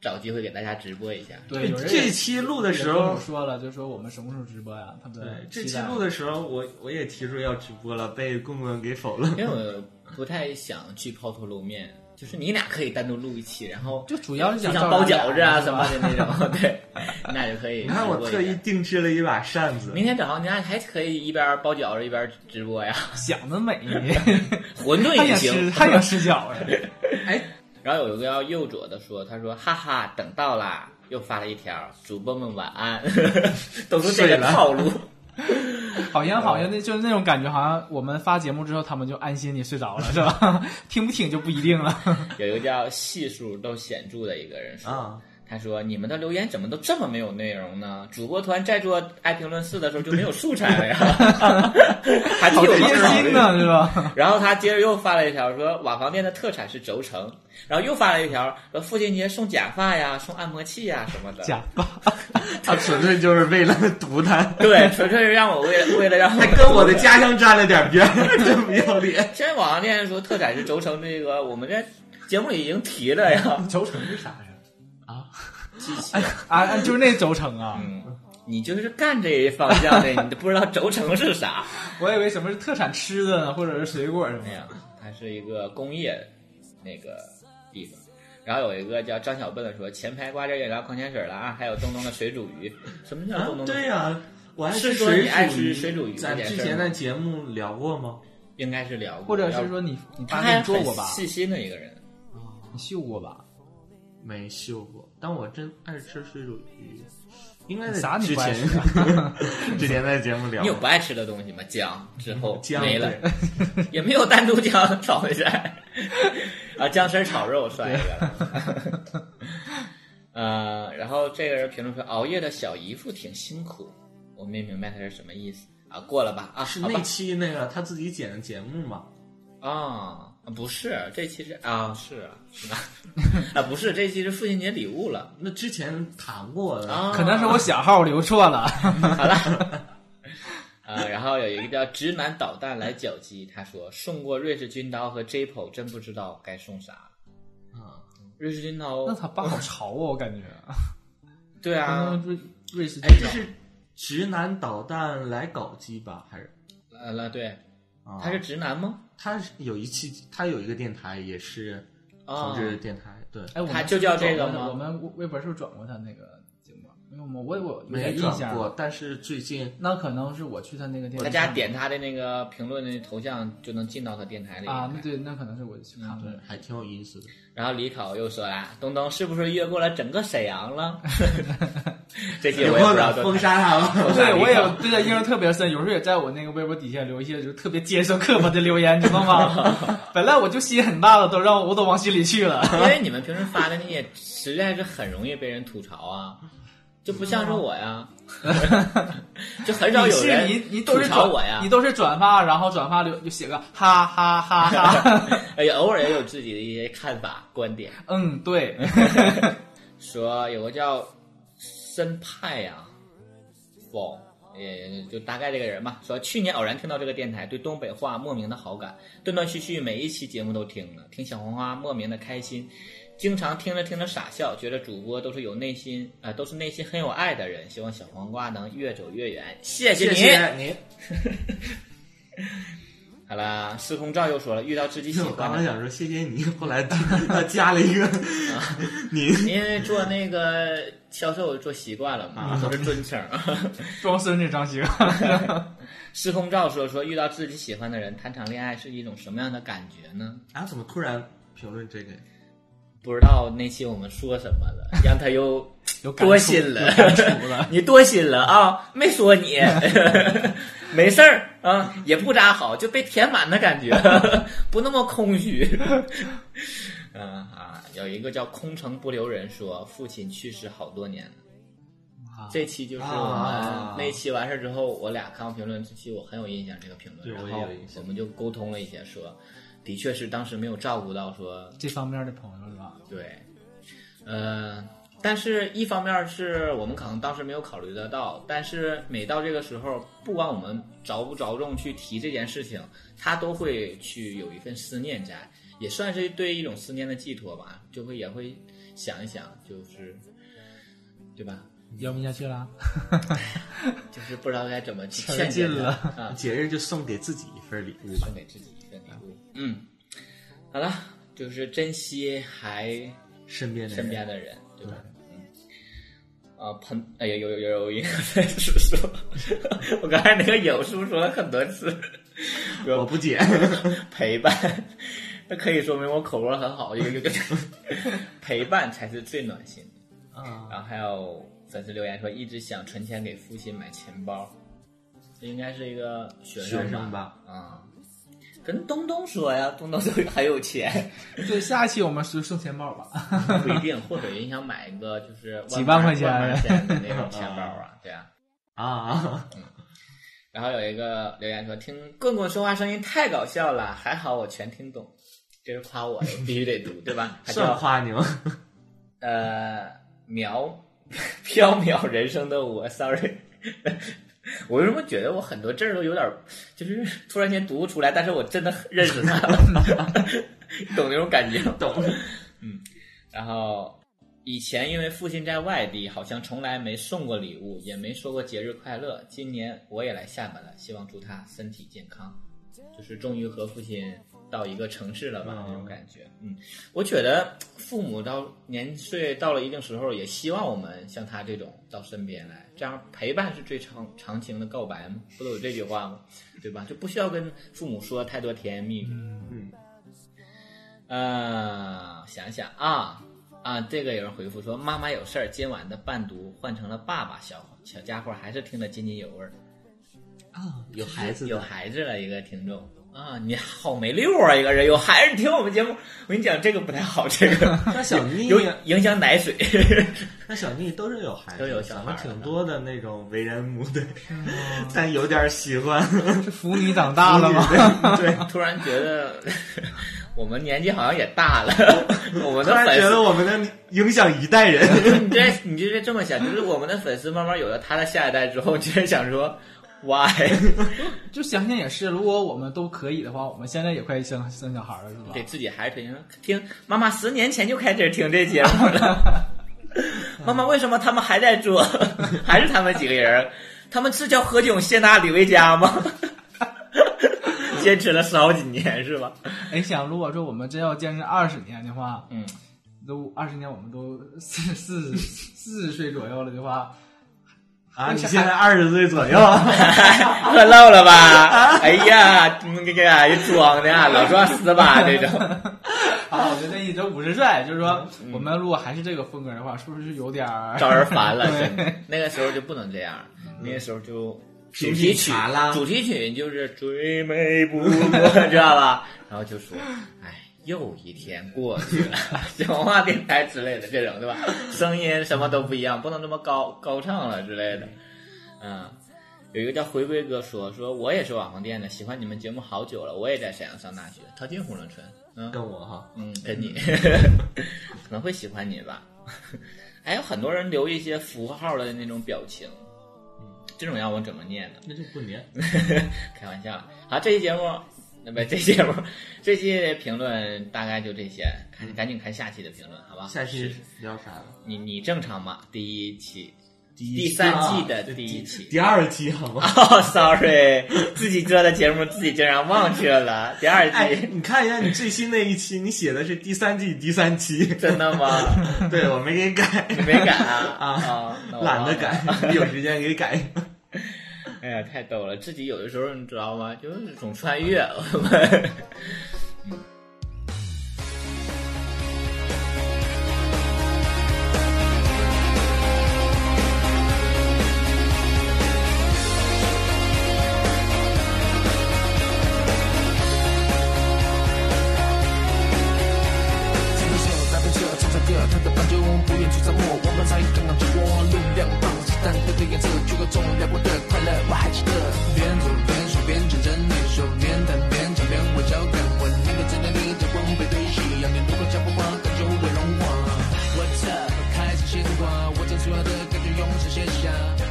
A: 找机会给大家直播一下，
C: 对，有人
B: 这期录的时
C: 有人跟
B: 候
C: 我，说了，就说我们什么时候直播呀？他们
B: 对这
C: 期
B: 期
C: 待
B: 录的时候，我我也提出要直播了，被棍棍给否 了。
A: 因为我不太想去抛头露面，就是你俩可以单独录一期，然后
C: 就主要是
A: 就
C: 想
A: 像包饺子啊
C: 是
A: 什
C: 吧
A: 么的那种， 对，你俩就可以。
B: 你看我特意。定制了一把扇子，
A: 明天早上你俩还可以一边包饺子一边直播 呀，
C: 想得美，
A: 馄饨
C: 他
A: 也
C: 想
A: 行
C: 吃，。他想吃饺子。
A: 然后有一个叫右左的说，他说哈哈，等到啦，又发了一条，主播们晚安， 都是这
B: 睡
A: 个
B: 了
A: 套路。
C: 好像好像那就是那种感觉，好像我们发节目之后，他们就安心你睡着了，是 吧？听不听就不一定 了。
A: 有一个叫系数都显著的一个人说，
B: 啊，
A: 他说：“你们的留言怎么都这么没有内容呢？主播团在做爱评论四的时候就没有素材 了呀，还替
C: 好
A: 我
C: 贴
A: 们考
C: 心
B: 啊
A: 虑。
C: 呢，是吧？
A: 然后他接着又发了一条说瓦房店的特产是轴承，然后又发了一条说呃父亲节送假发呀、送按摩器呀什么的。
C: 假发，
B: 他纯粹就是为了毒他，
A: 对，纯粹是让我为了为了让我
B: 还跟我 的家乡沾了点边， 真不要脸。
A: 现在瓦房店说特产是轴承，这个我们这节目里已经提了呀。
C: 轴承是啥呀？
A: 机器
C: 啊，就是那轴承啊！
A: 嗯，你就是干这一方向的，你都不知道轴承是啥。”
C: 我以为什么是特产吃的呢，或者是水果什么
A: 那
C: 的。
A: 样，它是一个工业那个地方。然后有一个叫张小笨的说，前排瓜子饮料、矿泉水了啊，还有东东的水煮鱼。什么叫
B: 啊
A: 东东的？
B: 对呀、我爱
A: 啊是
B: 吃
A: 说
B: 水
A: 你爱
B: 煮
A: 吃
B: 鱼
A: 水煮鱼
B: 咱
A: 这件
B: 之
A: 事儿
B: 前
A: 吗
B: 的节目聊过吗？
A: 应该是聊过，
C: 或者
A: 要
C: 是说你你
A: 他
C: 爸给
A: 还
C: 你做过吧
A: 很？细心的一个人。
C: 你绣过吧？
B: 没秀过，但我真爱吃水煮鱼，应该
C: 啥
B: 在
C: 你
B: 之
C: 不爱
B: 前
C: 吃
B: 之前在节目聊
A: 你有不爱吃的东西吗？姜之后
B: 姜
A: 没了，
B: 对
A: 也没有单独姜炒回来。啊，姜丝儿炒肉算一个了。 呃，然后这个人评论说，熬夜的小姨夫挺辛苦，我没明白他是什么意思啊。过了吧啊，
B: 是
A: 好吧
B: 那期那个他自己剪的节目嘛？
A: 啊、不是，这期是啊，是啊， 啊，不是，这期是父亲节礼物了
B: 那之前谈过的
A: 啊，
C: 可能是我小号留错了。
A: 好了。啊，然后有一个叫“直男导弹来搅基”，他说送过瑞士军刀和 JPO，真不知道该送啥。
B: 啊
A: 瑞士军刀，
C: 那他爸好潮啊，我感觉。
A: 对啊，
C: 瑞瑞士
B: 哎，这是直男导弹来搞基吧？还是
A: 呃，那对，
B: 啊？
A: 他是直男吗？
B: 他是有一期，他有一个电台也是
A: 啊
B: 同，志电台，对，
C: 哎，我们
A: 他就叫这个
C: 我们
A: 吗
C: 我们微博是不是转过他那个节目？啊因为我们我我有
B: 没
C: 点印
B: 转
C: 象。啊
B: 过，但是最近
C: 那可能是我去他那个店，
A: 大家点他的那个评论的头像就能进到他电台里
C: 啊，那对，那可能是我去看
B: 嗯
A: 嗯
B: 对
C: 了。
B: 还挺有意思的。
A: 然后李考又说啦：“东东是不是越过了整个沈阳 了？”这些我也不知道
B: 了
A: 多
B: 封杀他吧。
C: 对，我也对他印象特别深，有时候也在我那个微博底下留一些就是特别尖酸刻薄的留言，你知道吗？本来我就心很大了，都让我都往心里去了。
A: 因为你们平时发的那些实在是很容易被人吐槽啊，就不像是我 呀，就很少
C: 你
A: 有
C: 是
A: 人
C: 你，你
A: 吐
C: 都是
A: 槽
C: 转
A: 我呀
C: 你。都是转发，然后转发留就写个哈哈哈哈，
A: 哎，偶尔也有自己的一些看法观点，
C: 嗯，对，
A: 说有个叫森派呀、宝，也就大概这个人嘛，说去年偶然听到这个电台，对东北话莫名的好感，断断续续每一期节目都听了，听小红花莫名的开心，经常听着听着傻笑，觉得主播都是有内心啊、呃都是内心很有爱的人，希望小黄瓜能越走越远，谢
B: 谢
A: 你。
B: 谢您。
A: 好啦，司空照又说了，遇到自己喜
B: 我
A: 欢
B: 刚
A: 的
B: 刚想说谢谢你，后来他加了一个
A: 啊
B: 您，
A: 因为做那个销售 做习惯了
B: 嗯
A: 嘛，都是尊称。
C: 装孙子张行。
A: 司空照说说遇到自己喜欢的人谈场恋爱是一种什么样的感觉呢？
B: 啊，怎么突然评论这个？
A: 不知道那期我们说什么了，让他又
C: 有感触
A: 多心了
C: 有感触 了，
A: 你多心了啊！没说你， 没事儿啊，也不咋好，就被填满的感觉， 不那么空虚。 嗯啊，有一个叫空城不留人说，父亲去世好多年了。这期就是我
B: 啊
A: 们那期完事儿之后，我俩看完评论，这期我很有印象这个评论，
B: 对
A: 然
B: 我也
A: 后
B: 有印象
A: 我们就沟通了一些，说的确是当时没有照顾到说
C: 这方面的朋友是吧？
A: 对，呃，但是一方面是我们可能当时没有考虑得到，但是每到这个时候，不管我们着不着重去提这件事情，他都会去有一份思念在，也算是对一种思念的寄托吧，就会也会想一想，就是，对吧？
C: 聊不下去了，
A: 就是不知道该怎么去
C: 词儿
A: 劝解
C: 尽
A: 他
C: 了
A: 啊，
B: 节日就送给自己一份礼物吧
A: 送。给自己一份礼物。嗯，好了，就是珍惜还
B: 身边的人
A: 身边的人，对吧？嗯，啊，朋，哎呀，有有有有一个叔叔，我刚才那个有叔说了很多次，
B: 我不解，
A: 陪伴，那可以说明我口活很好，有有有，陪伴才是最暖心的。
B: 啊，
A: 然后还有粉丝留言说，一直想存钱给父亲买钱包，这应该是一个学
B: 学
A: 生
B: 生吧？
A: 啊、跟东东说呀，东东就很有钱，
C: 对，下一期我们是送钱包吧。
A: 不一定，或者你想买一个 就是
C: 几万块钱
A: 万块钱的那种钱包 啊，对啊。
B: 啊，
A: 然后有一个留言说，听棍棍说话声音太搞笑了，还好我全听懂，这是夸我的，必须得读，对吧？ 他
B: 算
A: 叫
B: 夸你 吗？
A: 呃苗 缥缈人生的我，sorry。我为什么觉得我很多字儿都有点儿，就是突然间读不出来，但是我真的认识他了， 懂那种感觉吗？
B: 懂，
A: 然后以前因为父亲在外地，好像从来没送过礼物，也没说过节日快乐。今年我也来厦门了，希望祝他身体健康。就是终于和父亲到一个城市了吧，
B: 嗯
A: 那种感觉。嗯，我觉得父母到年岁到了一定时候，也希望我们像他这种到身边来，这样陪伴是最长长情的告白嘛，不都有这句话吗？对吧？就不需要跟父母说太多甜言蜜语。
B: 嗯，
A: 呃，想想啊啊，这个有人回复说妈妈有事儿，今晚的伴读换成了爸爸小，小家伙还是听得津津有味儿。
B: 啊，有孩子
A: 有
B: 的，
A: 孩子了，一个听众啊，你好没溜儿啊，一个人有孩子听我们节目，我跟你讲这个不太好，这 个
B: 那小 妮
A: 有影响奶水。
B: 那小妮都是有孩子，
A: 都有小孩
B: 咱们
A: 儿哦
B: 挺多的那种为人母的， 但有点喜欢
C: 是扶你长大了吗？
B: 吗？对，
A: 突然觉得 我们年纪好像也大了，我们
B: 突
A: 的
B: 然
A: 粉
B: 觉
A: 丝
B: 得我们能影响一代人。
A: 你这你就是这么想，就是我们的粉丝慢慢有了他的下一代之后，你就会想说 why。
C: 就想想也是，如果我们都可以的话，我们现在也快生生小孩了，是吧
A: 给？自己孩子推荐说听妈妈十年前就开始听这节目了。妈妈为什么他们还在做？ 还是他们几个人？他们是叫何炅、谢娜、李维嘉吗？ 坚持了十好几年是吧？
C: 哎，想如果说我们真要坚持二十年的话，
A: 嗯，
C: 都二十年，我们都四 四四十岁左右了的话，
B: 啊，你现在二十岁 左右，
A: 快漏了吧？ 哎呀，那个呀，装的啊，老装死吧这种。
C: 啊，我觉得一直五十岁，就是说我们如果还是这个风格的话，是不是有点儿
A: 嗯 招人烦了，真的。那个时候就不能这样，那个时候就主
B: 平
A: 题
B: 平
A: 曲
B: 茶啦
A: 嗯主题曲就是最美不过，知道 吧？然后就说，哎，又一天过去了，小话电台之类的这种，对吧？声音什么都不一样，不能这么高高唱了之类的，嗯。有一个叫回归哥说说，我也是网红店的，喜欢你们节目好久了，我也在沈阳上大学，他进呼伦春，嗯，
B: 跟我哈，
A: 嗯，跟你可能会喜欢你吧。 还有很多人留一些符号的那种表情，
B: 嗯
A: 这种要我怎么念呢？
B: 那就过年。
A: 开玩笑，啊好，这期节目，那不，这期节目，这期评论大概就这些，看赶紧看下期的评论，好吧？
B: 下期聊啥了？
A: 你你正常吗？第一期，
B: 第
A: 第三季的第一期。
B: 啊第二季好吗？
A: 哦、s o r r y 自己做的节目自己竟然忘却了第二
B: 哎
A: 季，，
B: 你看一下你最新那一期，你写的是第三季第 三期，
A: 真的吗？
B: 对我没给改，
A: 你没改啊？
B: 啊
A: 哦那我
B: 懒
A: 忘
B: 得
A: 了
B: 改，你有时间给改。
A: 哎呀，太逗了！自己有的时候你知道吗？就是总穿越，我们。
D: 今天现在变现，唱着歌，他的斑鸠不愿去沉默，我们才刚刚直播，流量爆炸，但不对颜色，却各种聊过的快乐，我还记得。边走边说边认真，你说边弹边唱边玩小感我那个真的你在光背对夕阳，你如果讲不话，感觉会融化。What's up？开始牵挂，我将所有的感觉用手写下，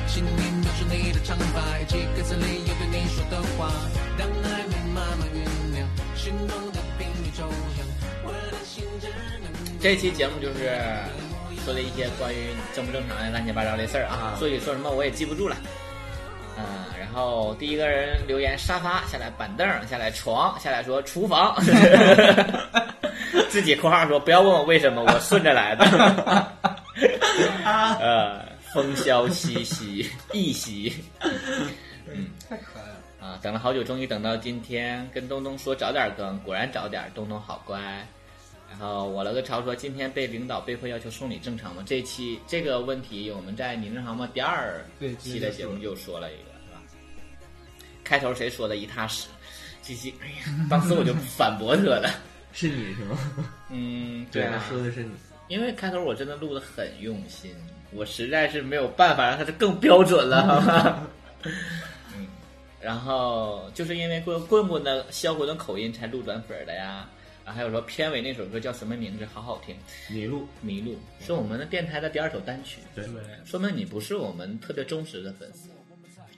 D: 心里描述你的长发，以及歌词里有对你说的话，让爱慢慢酝酿，心中的频率抽象，我的心只能。
A: 这期节目就是说了一些关于正不正常的乱七八糟的事儿啊，
B: 啊
A: 所以说什么我也记不住了。嗯，然后第一个人留言沙发下来板凳下来床下来说厨房， 自己括号说不要问我为什么，我顺着来的。 呃，风萧兮兮 易兮。
C: 太可爱了。
A: 嗯啊，等了好久，终于等到今天，跟东东说早点更，果然早点，东东好乖。然后我了个潮说，今天被领导被迫要求送礼正常吗？这期这个问题我们在你正常吗第二
C: 对
A: 期的节目就说了一个，是吧？开头谁说的一踏实，这期哎呀，当时我就反驳他了。
B: 是你是吗？
A: 嗯，对啊，
B: 说的是你。
A: 因为开头我真的录的很用心，我实在是没有办法让它更标准 了，好吗？嗯，然后就是因为棍棍棍的销魂的口音才录转粉儿的呀。然后还有说片尾那首歌叫什么名字，好好听，《
B: 迷路，
A: 迷路》是我们的电台的第二首单曲，
B: 对，
A: 说明你不是我们特别忠实的粉丝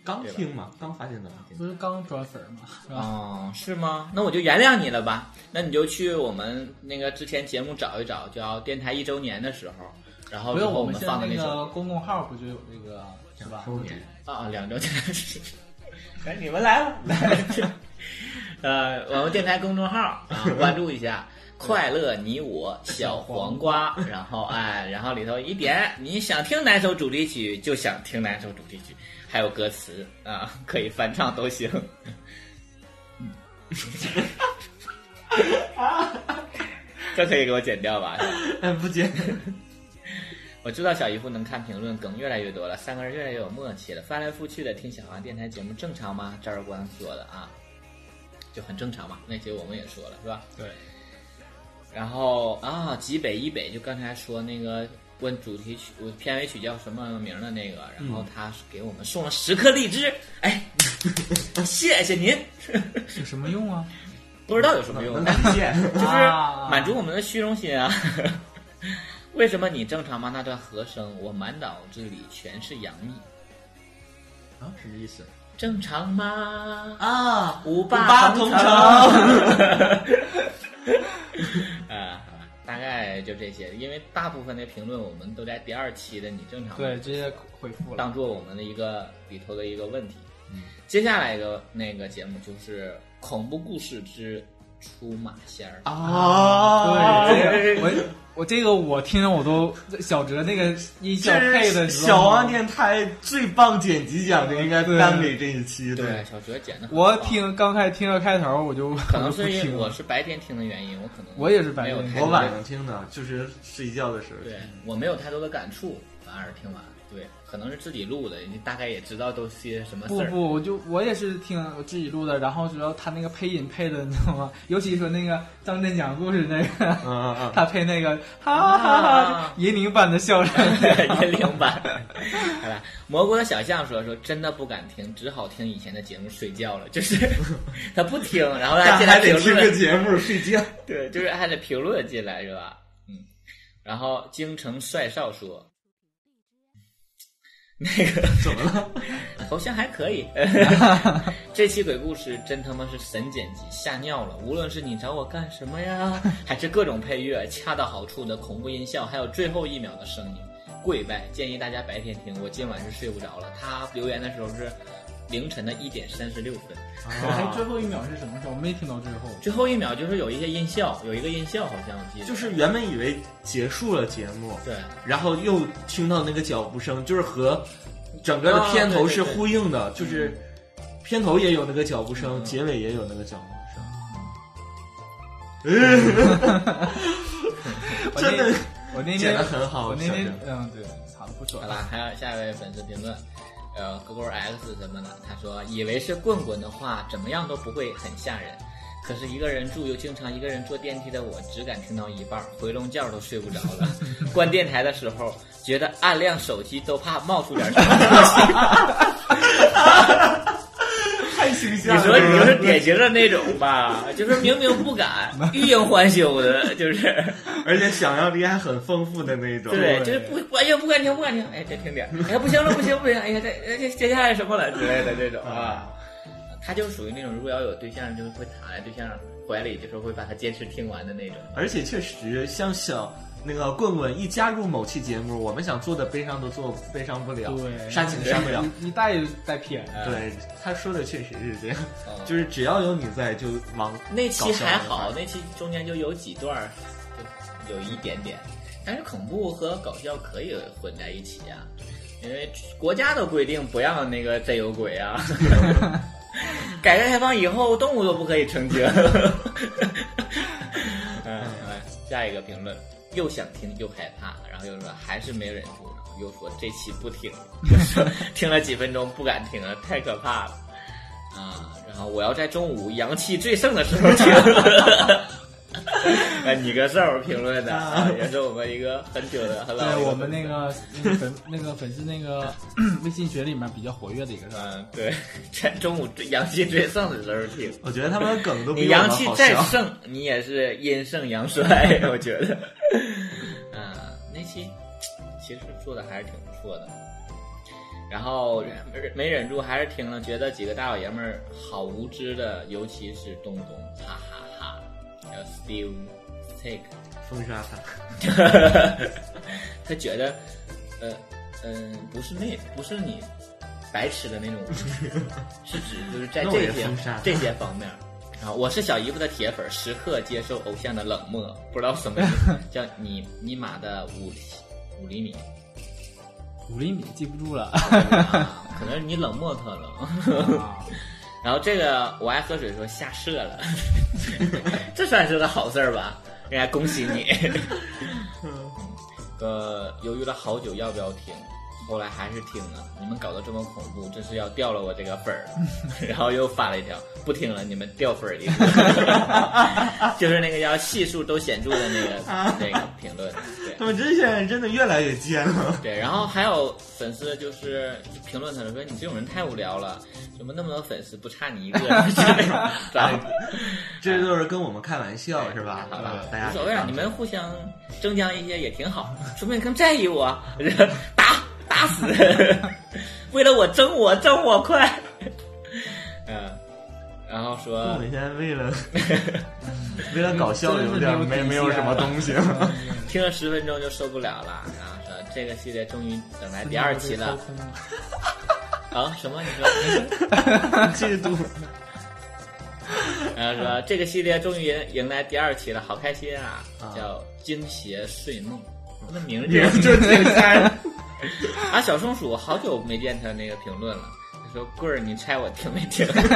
B: 刚听嘛，刚发现的。
C: 不是刚转粉吗？啊是吧？
A: 哦，是吗？那我就原谅你了吧。那你就去我们那个之前节目找一找，叫电台一周年的时候，然后
C: 不是
A: 之后
C: 我
A: 啊们
C: 们现在
A: 放的
C: 那
A: 首歌
C: 个公众号不就有这个是吧？
B: 周年，
A: 啊，两周年。 来，哎你们来了，来。 呃，我们电台公众号 啊，关注一下“快乐你我小黄瓜”， 然后哎，然后里头一点你想听哪首主题曲就想听哪首主题曲，还有歌词啊，可以翻唱都 行。这可以给我剪掉吧？
B: 哎，不接。
A: 我知道小姨夫能看评论，梗越来越多了，三个人越来越有默契了。翻来覆去的听小王电台节目正常吗？这儿官说的啊，就很正常嘛。那节我们也说了是吧？
B: 对。
A: 然后啊，极北以北就刚才说那个问主题曲片尾曲叫什么名儿的那个，然后他给我们送了十颗荔枝，哎， 谢谢您。
C: 有什么用啊？
A: 不知道有什么用，
B: 能理解。
A: 就是
C: 啊
A: 满足我们的虚荣心啊。 为什么你正常吗？那段和声，我满脑子里全是洋溢。
B: 啊，什么意思？
A: 正常吗？
B: 啊，
A: 五
B: 五
A: 霸
B: 八
A: 同
B: 同
A: 城。 啊，大概就这些，因为大部分的评论我们都在第二期的你正常
C: 对，直接回复了。
A: 当做我们的一个里头的一个问题。
B: 嗯
A: 接下来一个那个节目就是恐怖故事之出马仙儿。
B: 啊，
C: 对，这个我我这个我听着我都小哲那个音效配
B: 这
C: 的
B: 是
C: 时候
B: 小王电台最棒剪辑奖的，应该颁给这一期。
A: 对，，小哲剪的。
C: 我听刚开始听到开头我就
A: 可能
C: 我
A: 是
C: 就不
A: 因为
C: 听了
A: 我是白天听的原因，我可能
C: 我也是白
A: 没
C: 天
A: 有太
C: 听
B: 我
A: 多
B: 晚上听的，就是睡觉的时候。
A: 对我没有太多的感触，反而听完对，可能是自己录的，你大概也知道都些什么事
C: 不
A: 儿。
C: 不，我就我也是听我自己录的，然后主要他那个配音配的，你知道吗？尤其说那个张震讲故事那个，
B: 嗯嗯嗯。
C: 他配那个哈哈哈
A: 啊
C: 银铃般的笑声，
A: 人灵版。好了，蘑菇的小象说说真的不敢听，只好听以前的节目睡觉了。就是 他不听，然后他
B: 但
A: 进
B: 还
A: 来
B: 得
A: 评
B: 听个
A: 论，
B: 节目睡觉。
A: 对，就是还得评论进来是吧？嗯，然后京城帅少说那个
B: 怎 么了？
A: 头像还可 以。这期鬼故事真他妈是神剪辑，吓尿了！无论是你找我干什么呀，还是各种配乐，恰到好处的恐怖音效，还有最后一秒的声音，跪拜！建议大家白天听，我今晚是睡不着了。他留言的时候是凌晨的一点三十六分，
B: 啊
C: 哎，最后一秒是什么时候？我没听到最后。
A: 最后一秒就是有一些音效，有一个音效好像我记得
B: 就是原本以为结束了节目，
A: 对。
B: 然后又听到那个脚步声，就是和整个的片头是呼应的，就是片头也有那个脚步声，
A: 嗯
B: 结尾也有那个脚步声。
C: 我
B: 真的
C: 那我那
B: 剪
C: 天
B: 得很好
C: 我那天
B: 小
C: 嗯对，操的不说
A: 好
C: 了。
A: 吧，还有下一位粉丝评论，呃，勾勾 X 什么的，他说以为是棍棍的话，怎么样都不会很吓人。可是一个人住又经常一个人坐电梯的我，只敢听到一半儿，回笼觉都睡不着了。 关电台的时候，觉得按亮手机都怕冒出点什么东西。
C: 太形象
A: 你
C: 了。
A: 说你就是典型的那种吧，就是明明不敢，欲迎还休的，就是
B: 而且想象力还很丰富的那种。
A: 对，就是不，哎呀不敢听不敢听，哎再听点儿，哎呀不行了不行不行，哎呀这哎这接下来什么了之类的这种啊。
B: 啊，
A: 他就属于那种，如果要有对象，就是会躺在对象怀里，就是会把他坚持听完的那种。
B: 而且确实像小。那个棍棍一加入某期节目，我们想做的悲伤都做悲伤不了，
C: 对
B: 煽情煽不了
C: 你。你带也带偏。
B: 对，他说的确实是这样，
A: 嗯，
B: 就是只要有你在，就往
A: 那期还好
B: 搞笑的那，块
A: 那期中间就有几段儿，就有一点点，但是恐怖和搞笑可以混在一起啊，因为国家都规定不让那个真有鬼啊。改革开放以后，动物都不可以成精。 嗯，来下一个评论，又想听又害怕，然后又说还是没忍住，然后又说这期不听， 又说听了几分钟不敢听了，太可怕了。啊，然后我要在中午阳气最盛的时候听。 哎，你个事儿评论的啊，也是我们一个很久的、很老的一
C: 对
A: 个
C: 我们那
A: 粉
C: 个那个粉那个粉丝那个 微信群里面比较活跃的一个
A: 丝，
C: 人，
A: 嗯，对， 在中午最阳气最盛的时候听。
B: 我觉得他们的梗都
A: 你
B: 比我
A: 阳
B: 们
A: 气
B: 好
A: 再
B: 笑。
A: 盛，你也是阴盛阳衰， 我觉得。嗯，那期其实做的还是挺不错的。然后没没忍住，还是听了，觉得几个大老爷们儿好无知的，尤其是东东，哈哈哈还有 Steve Take，
B: 封杀他。
A: 他觉得，呃，嗯、不是那，不是你白痴的那种无 知，是指就是在
B: 那我
A: 这
B: 也
A: 些
B: 封杀他
A: 这些方面。啊，我是小姨夫的铁粉，时刻接受偶像的冷漠，不知道什么意 思，叫你尼玛的五厘五厘米，
C: 五厘米记不住 了。
A: 啊可能是你冷漠他了。然后这个我爱喝水说下社了， 这算是个好事儿吧？应该恭喜你。呃，犹豫了好久要不要听，后来还是听了。你们搞得这么恐怖，真是要掉了我这个分儿 了。然后又发了一条，不听了，你们掉分儿一个，就是那个叫系数都显著的那个那个评论。对，
B: 他们这些人真的越来越贱了。
A: 对，然后还有粉丝就是评论他说：“你这种人太无聊了，怎么那么多粉丝不差你一个？” 之类 的然后
B: 这都是跟我们开玩笑是吧？
A: 啊好吧
B: 呃，大家
A: 无所啊谓了，你们互相争将一些也挺好，说明更在意我，打打死， 为了我争我争我快，嗯，然后
B: 我
A: 说
B: 们现在 为了为了搞笑有点
A: 啊
B: 没没有什么 东西。
A: 听了十分钟就受不了了，然后说这个系列终于等来第二期了啊？什么？你说？没事
B: 嫉妒，
A: 然后呃说这个系列终于迎来第二期了，好开心啊！
B: 啊
A: 叫《惊邪睡梦》，
C: 嗯
A: 那名字
B: 也就挺吓人。
A: 啊，小松鼠好久没见他那个评论了。他说：“棍儿，你猜我听没听？”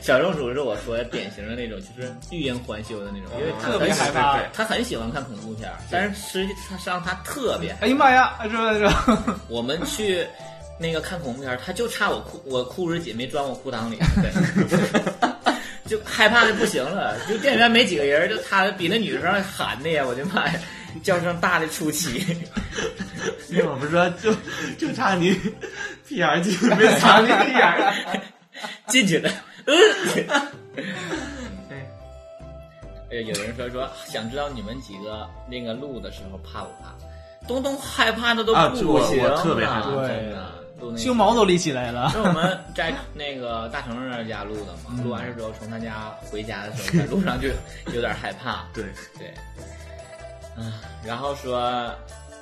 A: 小松鼠是我说典型的那种，就是欲言还休的那种，因为他
C: 嗯特别
A: 很喜
C: 害怕
A: 对他很喜欢看恐怖片儿，但是实际上他特别害怕
C: 哎呀妈呀，是吧是吧？
A: 我们去那个看恐怖片儿，他就差我裤我裤子紧没装我裤裆 里，对就害怕的不行了。就电影院没几个人，就他比那女生喊的呀，我的妈呀，叫声大的出奇。
B: 那我不是说就就差你屁眼儿进没藏 你屁眼儿。
A: 进去了。 嗯，哎呃，有人说说想知道你们几个那个录的时候怕不怕？东东害怕的都
B: 啊
A: 不行
B: 我
A: 了，
B: 我特别害怕
C: 对
A: 真的录那个
C: 胸毛都立起来了。
A: 是我们在那个大成那家录的嘛，录完事之后从他家回家的时候，在路上就有点害怕。
B: 对，
A: 对，嗯，然后说，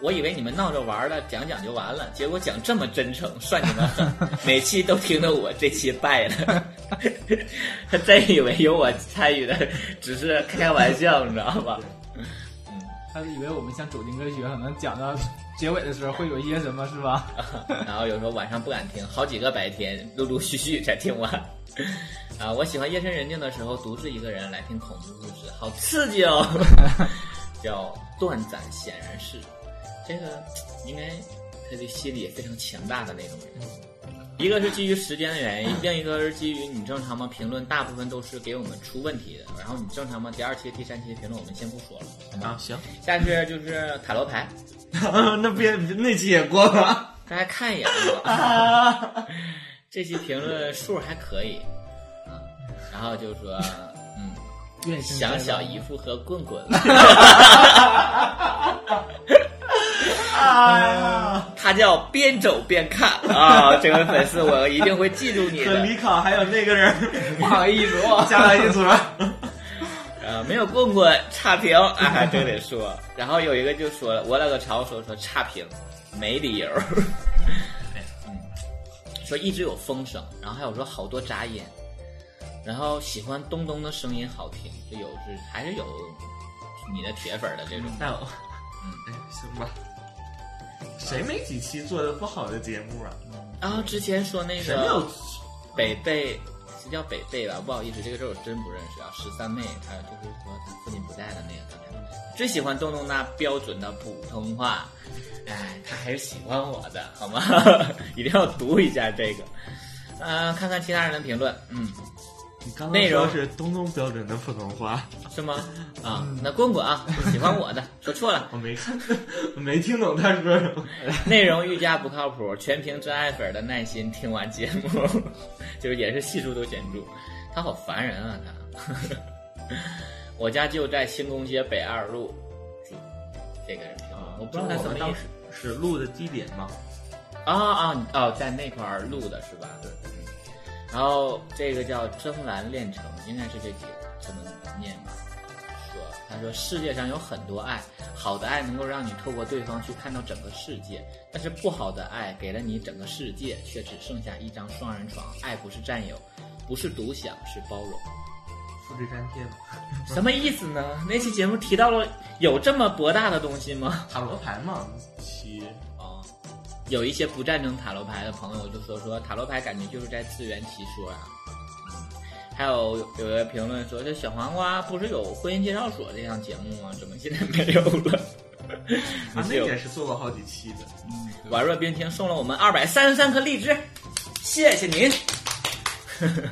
A: 我以为你们闹着玩儿的，讲讲就完了，结果讲这么真诚，算你们狠。每期都听着我，这期败了。 他真以为有我参与的，只是开开玩笑，你知道吧？
C: 他以为我们像走进科学，可能讲到结尾的时候会有一些什么，是吧？
A: 然后有时候晚上不敢听，好几个白天陆陆续续才听完。啊，我喜欢夜深人静的时候，独自一个人来听恐怖故事，好刺激哦！叫断斩显然是，这个应该他的心理也非常强大的那种人。一个是基于时间的原因，另一个是基于你正常吗？评论大部分都是给我们出问题的，然后你正常吗？第二期、第三期的评论我们先不说了，好吗？
B: 啊，行，
A: 下去就是塔罗牌，
B: 那别那期也过 了，
A: 大家看一眼吧。这期评论数还可以，啊，然后就说，嗯，
C: 愿生
A: 想
C: 快乐
A: 小姨夫和棍棍，
B: 啊，
A: 他叫边走边看啊、这位粉丝我一定会记住你
B: 和
A: 的。
B: 李考还有那 个人
C: 不好意思，我
B: 加到一组，
A: 哦呃，没有棍棍差评，哎，这得说。然后有一个就说了，我勒个潮说说差评，没理由。 嗯，说一直有风声，然后还有说好多杂音，然后喜欢东东的声音好听，就有是还是有你的铁粉的这种。
B: 那我，哎，行吧。谁没几期做的不好的节目啊？
A: 然后之前说那
B: 谁没有
A: 个？北贝是叫北贝吧？不好意思，这个字儿我真不认识啊。十三妹，还有就是说她父亲不在的那个刚才，最喜欢东东那标准的普通话。哎，他还是喜欢我的，好吗？ 一定要读一下这个。嗯、看看其他人的评论，嗯，
B: 你刚
A: 内
B: 才
A: 容
B: 说是东东标准的普通话，
A: 是吗？啊，那棍棍啊，喜欢我的，说错了。
B: 我没看，我没听懂他说什么。
A: 内容愈加不靠谱，全凭真爱粉的耐心听完节目， 就是也是系数都显著。他好烦人啊，他。 我家就在兴工街北二路，这个人，啊
B: 啊
A: 我不知道他什么意
B: 当
A: 思
B: 时是录的地点吗？
A: 啊啊你哦，在那块儿录的是吧？对。然后这个叫《蒸蓝炼成》，应该是这几个这么念吧。说，他说世界上有很多爱，好的爱能够让你透过对方去看到整个世界，但是不好的爱给了你整个世界，却只剩下一张双人床。爱不是占有，不是独享，是包容。
B: 复制粘贴吗？
A: 什么意思呢？那期节目提到了有这么博大的东西吗？
B: 塔罗牌嘛，七
A: 哦，有一些不赞成塔罗牌的朋友就说说塔罗牌感觉就是在自圆其说啊。还有有人评论说，这小黄瓜不是有婚姻介绍所这档节目吗？怎么现在没有了？
B: 啊，那
A: 没有
B: 也是做过好几期的。
A: 宛若冰清送了我们二百三十三颗荔枝，谢谢您。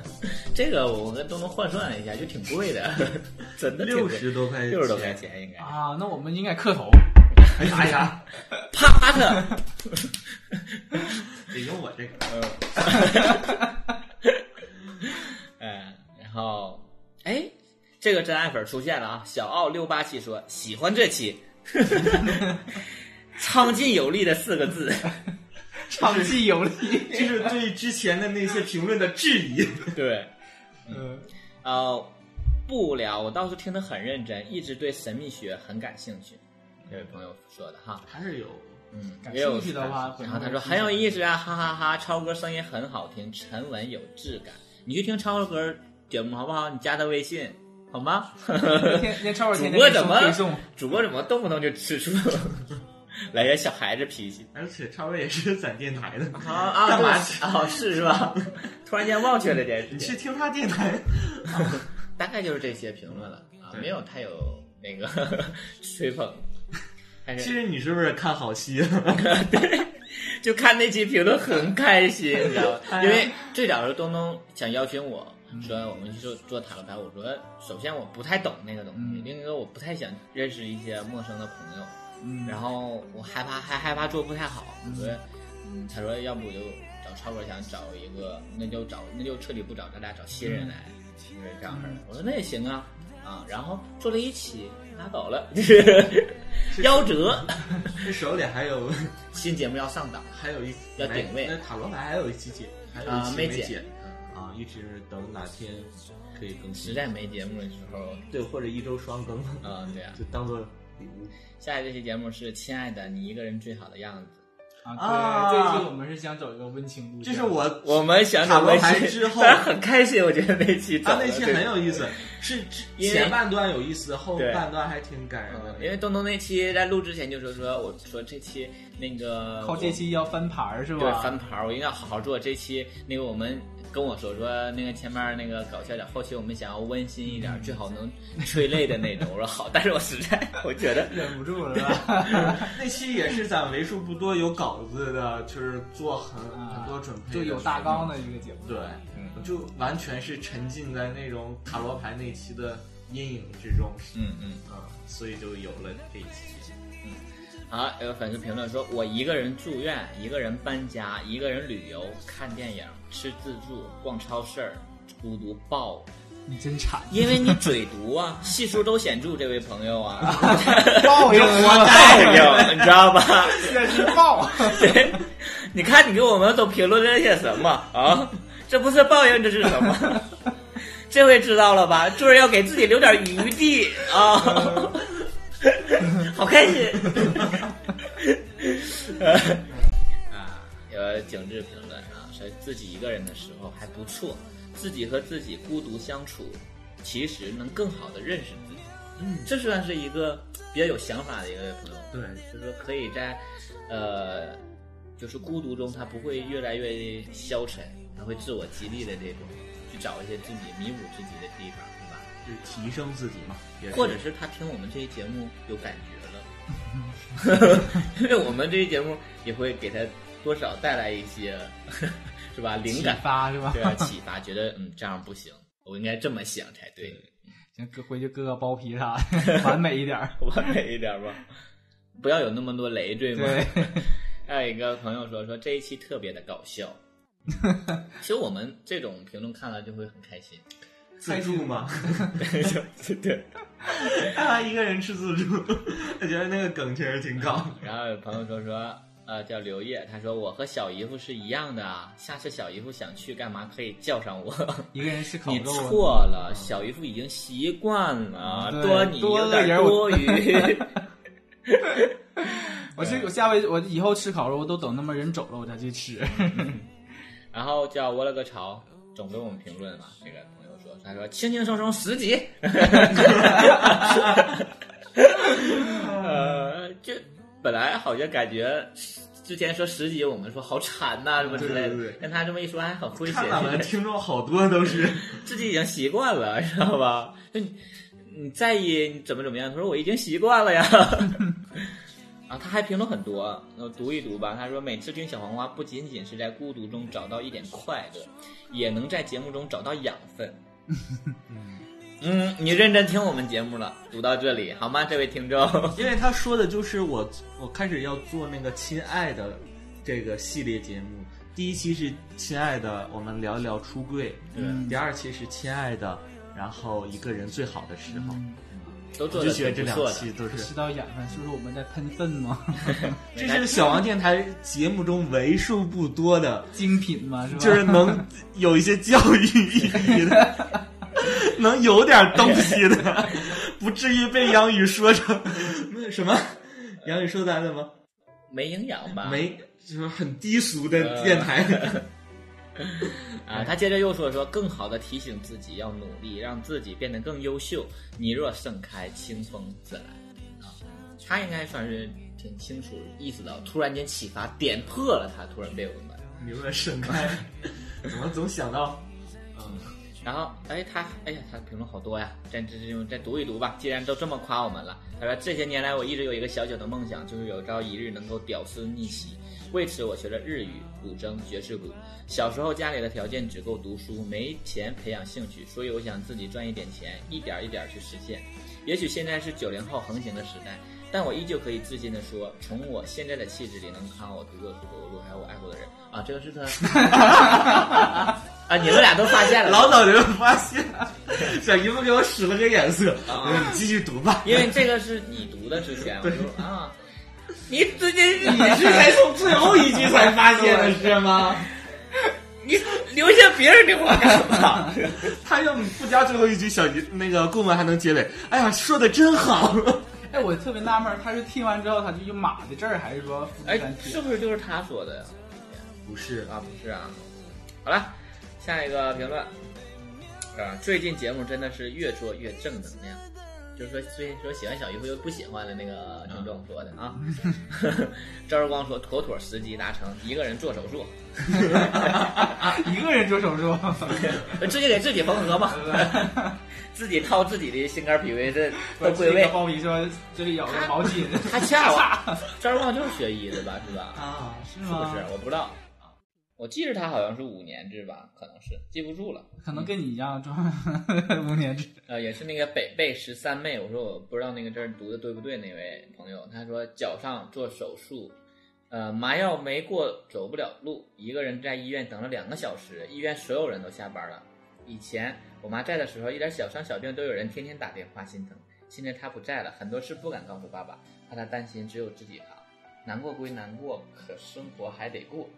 A: 这个我跟东东换算了一下，就挺贵的， 真的挺
B: 六
A: 贵
B: 十多块，
A: 六十多块。钱应该。
C: 啊，那我们应该磕头。
B: 哎呀 呀，
A: 啪啪的。
B: 得用我这个。
A: 嗯，然后，哎，这个真爱粉出现了啊！小奥六八七说喜欢这期， 苍劲有力的四个 字，
C: 唱技有 力。
B: 这是对之前的那些评论的质 疑。
A: 对，
C: 嗯，
A: 呃，不聊，我倒是听得很认真，一直对神秘学很感兴趣。这位朋友说的哈，
B: 还是有
A: 嗯，
C: 感
A: 也有
C: 兴趣的话
A: 然后他说很有意思啊，哈哈哈超哥声音很好听，沉稳有质感，你去听超哥节目好不好？你加他微信好 吗？
C: 那天那超儿
A: 主
C: 天天
A: 播
C: 给你
A: 怎
C: 送
A: 么
C: 推送，
A: 主播怎么动不动就吃醋， 来点小孩子脾气
B: 而且超哥也是咱电台的
A: 啊啊！
B: 干嘛去？
A: 对啊？是是吧？突然间忘却了这件事
B: 你
A: 情
B: 是，听他电台？
A: 大概就是这些评论了啊，
B: 对
A: 没有太有那个 吹捧，但
B: 其
A: 是
B: 实你是不是看好 戏？
A: 就看那期评论很开心，你知道吗？
B: 哎呀
A: 因为最早是东东想邀请我。说我们去做做塔罗牌，我说首先我不太懂那个东西，
C: 嗯
A: 另一个我不太想认识一些陌生的朋友，
C: 嗯，
A: 然后我害怕，还害怕做不太好，我说，嗯，他说要不我就找超哥，想找一个，那就找，那就彻底不找，咱俩找新人来，
B: 嗯
A: 就是这样式的。我说那也行啊， 啊，然后做了一起拉倒了，夭折，
B: 这手里还有，
A: 新节目要上档
B: 还有一
A: 要顶位
B: 那塔罗牌还有一期解，还有一
A: 啊
B: 期
A: 没
B: 没
A: 解
B: 啊，一直等哪天可以更新，
A: 实在没节目的时候，
B: 对或者一周双更
A: 啊对啊
B: 就当做礼物。
A: 下一期节目是《亲爱的，你一个人最好的样子
C: 啊，
B: 啊
C: 对，这一期我们是想走一个温情路线，
B: 这是我》。
A: 我们想找
B: 塔罗牌
A: 微信
B: 之后
A: 但是很开心，我觉得那期
B: 他
A: 他
B: 那期很有意思，是之
A: 因为
B: 前半段有意思，后
A: 对
B: 半段还挺感人
A: 嗯
B: 的，。
A: 因为东东那期在录之前就说说，我说这期那个
C: 靠这期要翻牌儿是
A: 对
C: 吧？
A: 翻牌儿，我一定要好好做。这期那个我们跟我说说那个前面那个搞笑点，后期我们想要温馨一点，最好能催泪的那种。我说好，但是我实在我觉 得
C: 忍不住了是吧？
B: 那期也 是咱为数不多有稿子的，就是做很
C: 啊
B: 很多准备，
C: 就有大纲。的一个节目，
B: 对，就完全是沉浸在那种塔罗牌那期的阴影之中，
A: 嗯嗯。
B: 嗯，所以就有了这一期。
A: 好，有粉丝评论说：“我一个人住院，一个人搬家，一个人旅游，看电影，吃自助，逛超市儿，孤独爆了。
C: 你真惨，
A: 因为你嘴毒啊， 系数都显著，这位朋友啊，
C: 报应
A: 活该应，你知道吧？
C: 这是报。
A: 对，你看你给我们都评论这些什么啊？这不是报应，这是什么？这回知道了吧？做人要给自己留点余地啊！ 好开心。啊，有景致评论啊，说自己一个人的时候还不错，自己和自己孤独相处，其实能更好的认识自己。
B: 嗯，
A: 这算是一个比较有想法的一个朋友。
B: 对，
A: 就是说可以在，呃，就是孤独中，他不会越来越消沉，他会自我激励的这种，去找一些自己弥补自己的地方，对吧？
B: 就是提升自己嘛，也是
A: 或者是他听我们这期节目有感觉 了，因为我们这期节目也会给他多少带来一些，是吧？灵感
C: 启，发是吧？
A: 对啊，启发，觉得嗯这样不行，我应该这么想才对，
C: 行，哥回去割个包皮啥的，完美一 点儿。
A: 完美一点吧，不要有那么多累赘嘛。
C: 对，
A: 还有一个朋友说说这一期特别的搞 笑，其实我们这种评论看了就会很开心。
B: 自助嘛，
A: 对 对。
B: 他 一个人吃自助， 我觉得那个梗确实挺搞。
A: 然后有朋友说说呃叫刘烨，他说我和小姨夫是一样的啊，下次小姨夫想去干嘛可以叫上我。
C: 一个人吃烤
A: 你
C: 肉，啊
A: 错了，小姨夫已经习惯了，
C: 对
A: 多你
C: 多
A: 有
C: 了
A: 点
C: 人
A: 多
C: 我
A: 余。
C: 我这我下回我以后吃烤肉，我都等那么人走了我再去吃。
A: 然后叫我了个潮，总给我们评论嘛。那个朋友说，他说轻轻松松十级， 呃，就本来好像感觉之前说十级，我们说好惨呐、什么之类
B: 对对
A: 的
B: 对，
A: 但他这么一说还很诙
B: 看咱们
A: 谐，
B: 听众好多都是，
A: 自己已经习惯了， 知道吧？就你你在意你怎么怎么样，他说我已经习惯了 呀。啊，他还评论很多，我读一读吧。他说，每次听小黄瓜，不仅仅是在孤独中找到一点快乐，也能在节目中找到养 分。嗯，你认真听我们节目了，读到这里好吗，这位听众？
B: 因为他说的就是我，我开始要做那个《亲爱的》这个系列节目，第一期是《亲爱的》，我们聊一聊出柜，
A: 嗯
B: 第二期是《亲爱的》，然后一个人最好的时候，
A: 都做
B: 我
A: 的
B: 就觉得这
A: 挺不
B: 两
A: 错的
B: 期。都是
C: 吃到眼饭，是不是我们在喷粪吗？
B: 这是小王电台节目中为数不多的，
C: 精品嘛，是吧？
B: 就是能有一些教育意义的，能有点东西的，不至于被杨宇说成 那什么。杨宇说咱怎么
A: 没营养吧？
B: 没就是很低俗的电台？
A: 啊，他接着又说说，更好的提醒自己要努力，让自己变得更优秀。你若盛开，清风自来。啊，他应该算是挺清楚意识到，突然间启发点破了他，突然被我们。
B: 你们盛开，怎么总想到？嗯，
A: 然后，哎，他，哎呀，他评论好多呀，再这这再读一读吧。既然都这么夸我们了，他说这些年来我一直有一个小小的梦想，就是有朝一日能够屌丝逆袭。为此，我学了日语、古筝、爵士鼓。小时候家里的条件只够读书，没钱培养兴趣，所以我想自己赚一点钱，一点一点去实现。也许现在是九零后横行的时代，但我依旧可以自信地说，从我现在的气质里能看到我独特出走的路，还有我爱过的人啊，这个是他 啊，你们俩都发现 了，
B: 老早就发现，小姨夫给我啊使了个眼色，我说你继续读吧。
A: 因为这个是你读的之前，我就啊，你最近
B: 你是在从最后一句才发现 的是吗？
A: 你留下别人的话干 嘛？
B: 他要不加最后一句小结那个顾问还能结尾。哎呀，说的真好。
C: 哎，我特别纳闷儿，他是听完之后他就用马的字儿，还是说复制
A: 哎
C: 粘，贴
A: 是？不是就是他说的呀？
B: 不是，
A: 啊，不是啊。好了，下一个评论。啊，最近节目真的是越做越正能量，就是说，最近说喜欢小姨夫又不喜欢的那个听众说的啊。 赵日光说妥妥时机达成，一个人做手术，
C: 一个人做手术，
A: 自己给自己缝合嘛，自己掏自己的心肝脾胃肾都归
C: 这
A: 位
C: 个。包皮说这里咬个毛巾
A: 他恰 我，赵日光就是学医的吧，是吧？
C: 啊，是
A: 是不
C: 吗？
A: 是？我不知道，我记着他好像是五年制吧，可能是记不住了。
C: 可能跟你一样装 五年制，
A: 呃，也是那个北贝十三妹，我说我不知道那个字儿读的对不对，那位朋友，他说脚上做手术，呃，麻药没过，走不了路，一个人在医院等了两个小时，医院所有人都下班了。以前我妈在的时候，一点小伤小病都有人天天打电话心疼，现在她不在了，很多事不敢告诉爸爸，怕他担心，只有自己扛。难过归难过，可生活还得过，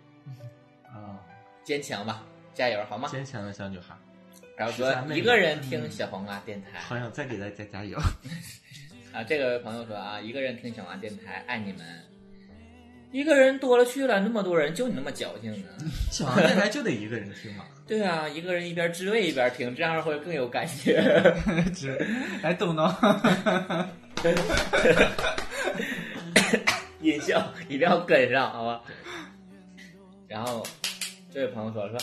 B: 啊，
A: 坚强吧，加油好吗？
B: 坚强的小女孩，
A: 然后说
B: 13妹嗯
A: 一个人听小黄瓜电台。
B: 好想再给大家加油。
A: 啊，这个朋友说啊，一个人听小王电台，爱你们。一个人多了去了，那么多人，就你那么矫情呢？
B: 小王电台就得一个人听嘛。
A: 对啊，一个人一边自慰一边听，这样会更有感觉。
C: 只来动动。
A: 音效一定要跟上，好吧？然后这位朋友说说，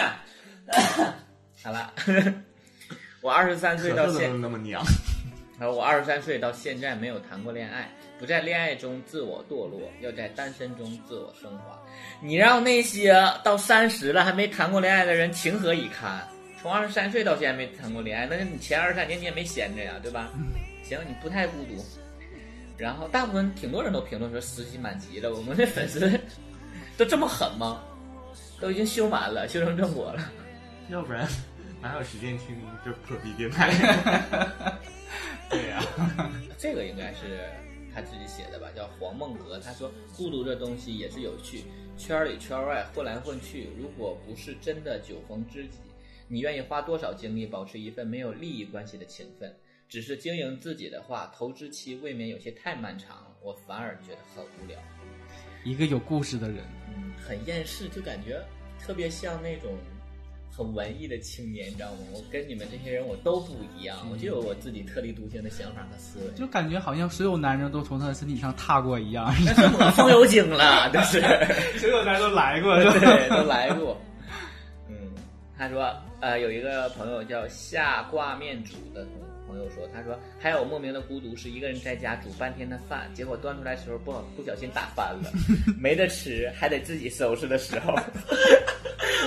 A: 好了， 我二十三岁
B: 咳
A: 到
B: 嗽
A: 现
B: 都那么娘，
A: 他说：“我二十三岁到现在没有谈过恋爱，不在恋爱中自我堕落，要在单身中自我升华。你让那些到三十了还没谈过恋爱的人情何以堪？从二十三岁到现在没谈过恋爱，那你前二十三年你也没闲着呀，对吧？行，你不太孤独。然后大部分挺多人都评论说实习满级了，我们的粉丝 都这么狠吗？都已经修满了，修成正果了。
B: 要不然哪有时间听这破逼电台？
C: 对呀、
A: 这个应该是他自己写的吧，叫黄梦格。他说：“孤独这东西也是有趣，圈儿里圈儿外混来混去，如果不是真的酒逢知己，你愿意花多少精力保持一份没有利益关系的情分？只是经营自己的话，投资期未免有些太漫长，我反而觉得很无聊，
C: 一个有故事的人，
A: 嗯，很厌世，就感觉特别像那种。”很文艺的青年，你知道吗？我跟你们这些人我都不一样，我就有我自己特立独行的想法和思维。
C: 就感觉好像所有男人都从他的身体上踏过一 样，
A: 那是抹 风油精了，都是，
C: 所有男人都来过
A: 对，都来过。嗯，他说，呃，有一个朋友叫下挂面煮的朋友说，他说还有莫名的孤独，是一个人在家煮半天的饭，结果端出来的时候不好不小心打翻 了，没得吃，还得自己收拾的时候，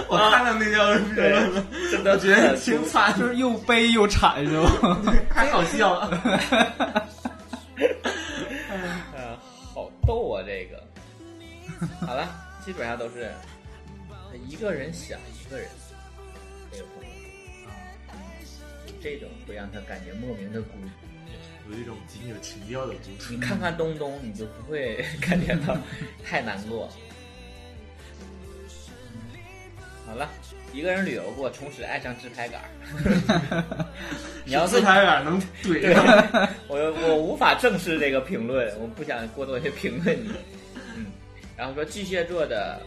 B: 我看到那条 评
A: 对
B: 论了，，
A: 真
B: 我
A: 的
B: 觉得挺惨
C: 就
B: 的，
C: 是又悲又惨，是吧？
B: 太好笑了。
A: 呃，好逗啊，这个。 好了，基本上都是一个人想一个人，这个朋友，这种会让他感觉莫名的孤独。
B: 有一种仅有情调的孤独。
A: 你看看东东，你就不会 感觉到太难过。好了，一个人旅游过，从此爱上自拍杆儿。 你要
B: 自
A: 是
B: 拍杆哎能怼
A: 对
B: 上，
A: 我我无法正视这个评论，我不想过多的评论你。嗯，然后说巨蟹座的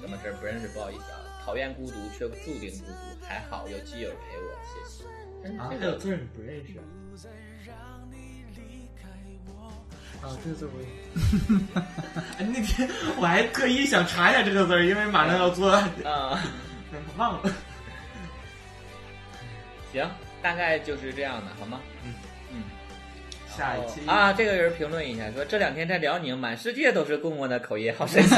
A: 什么事儿不认识，不好意思啊。讨厌孤独，却注定孤独，还好有基友陪我，谢谢。但是
B: 啊
A: 这
B: 还有
A: 个
B: 字儿你不认 识？啊，这个字儿我也。哎，那天我还特意想查一下这个字儿，因为马上要做，
A: 啊、
B: 忘了。
A: 行，大概就是这样的，好吗？
B: 嗯
A: 嗯。
B: 下一期
A: 哦，啊，这个人评论一下说，这两天在辽宁，满世界都是公公的口音，好神 奇。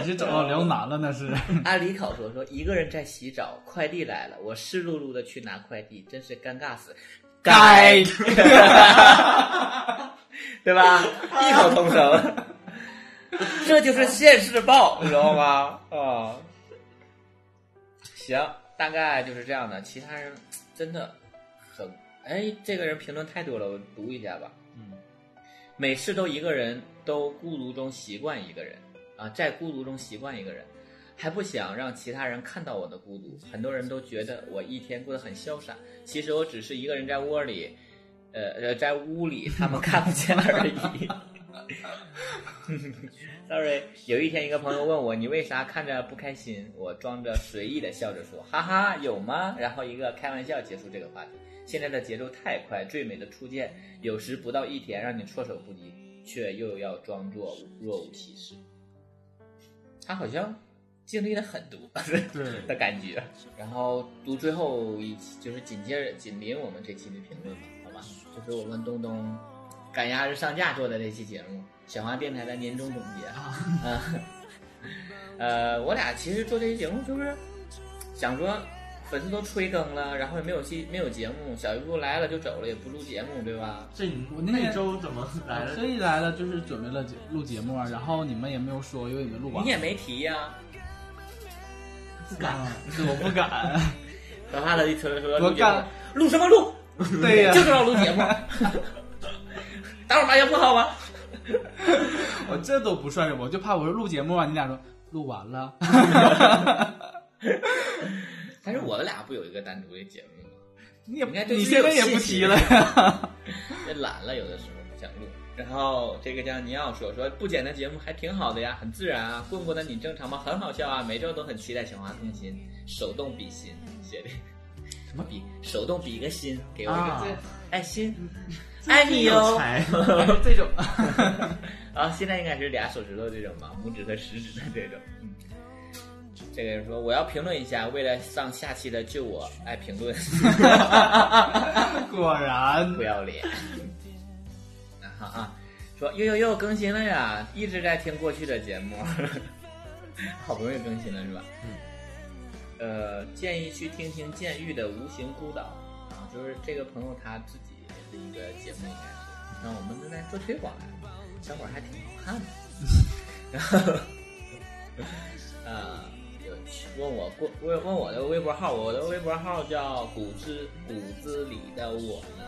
C: 你是找到辽南了那 是？
A: 阿里考说说一个人在洗澡，快递来了，我湿漉漉的去拿快递，真是尴尬死，
C: 该
A: 对吧？异口同声，这就是现世报，你知道吗？啊、行，大概就是这样的，其他人真的很哎，这个人评论太多了，我读一下吧。
B: 嗯，
A: 每次都一个人，都孤独中习惯一个人啊，在孤独中习惯一个人，还不想让其他人看到我的孤独。很多人都觉得我一天过得很潇洒，其实我只是一个人在窝里，呃呃，在屋里，他们看不见而已。Sorry，有一天一个朋友问我你为啥看着不开心，我装着随意的笑着说哈哈有吗？然后一个开玩笑结束这个话题。现在的节奏太快，最美的初见有时不到一天让你措手不及，却又要装作若无其事。他好像经历了很多
B: 对
A: 的感觉。然后读最后一期，就是紧接着紧邻我们这期的评论吧，好吧？就是我们东东赶鸭子上架做的这期节目，小华电台的年终总结啊。 呃，我俩其实做这期节目就是想说，粉丝都催更了，然后也没有期没有节目，小一部来了就走了，也不录节目，对吧？
B: 这你
C: 我那天
B: 那周怎么来
C: 特
B: 了？
C: 意来了就是准备了节录节目啊，然后你们也没有说，因为你们录完
A: 你也没提呀、
C: 不敢，是我不敢。
A: 可怕的一车说
C: 我
A: 录节目
C: 干，
A: 录什么录？
C: 对呀
A: 就知道录节目。 打我麻将不好吗？
C: 我这都不算什么，我就怕我说录节目啊，你俩说录完了，
A: 但是我们俩不有一个单独的节目吗？
C: 你也
A: 应该对
C: 你
A: 自己有
C: 现在也不
A: 信心
C: 提了呀。
A: 也懒了，有的时候不想录。然后这个叫尼奥说说不剪的节目还挺好的呀，很自然啊。棍棍的你正常吗？很好笑啊，每周都很期待小花更新。手动比心写的什么比？手动比一个心，给我一个
C: 啊
A: 字，爱心，爱你哟。
B: 才
C: 这种，
A: 啊，现在应该是俩手指头这种吧，拇指和食指的这种。嗯，这个人说我要评论一下，为了上下期的就我爱评论，
C: 果然
A: 不要脸。然后啊，说呦呦呦更新了呀，一直在听过去的节目，好不容易更新了是吧？嗯。呃，建议去听听监狱的《无形孤岛》啊，就是这个朋友他自己的一个节目应该是，那我们正在做推广啊，小伙儿还挺好看的。 然后，呃，有问我过问问我的微博号，我的微博号叫骨子骨子里的我呢，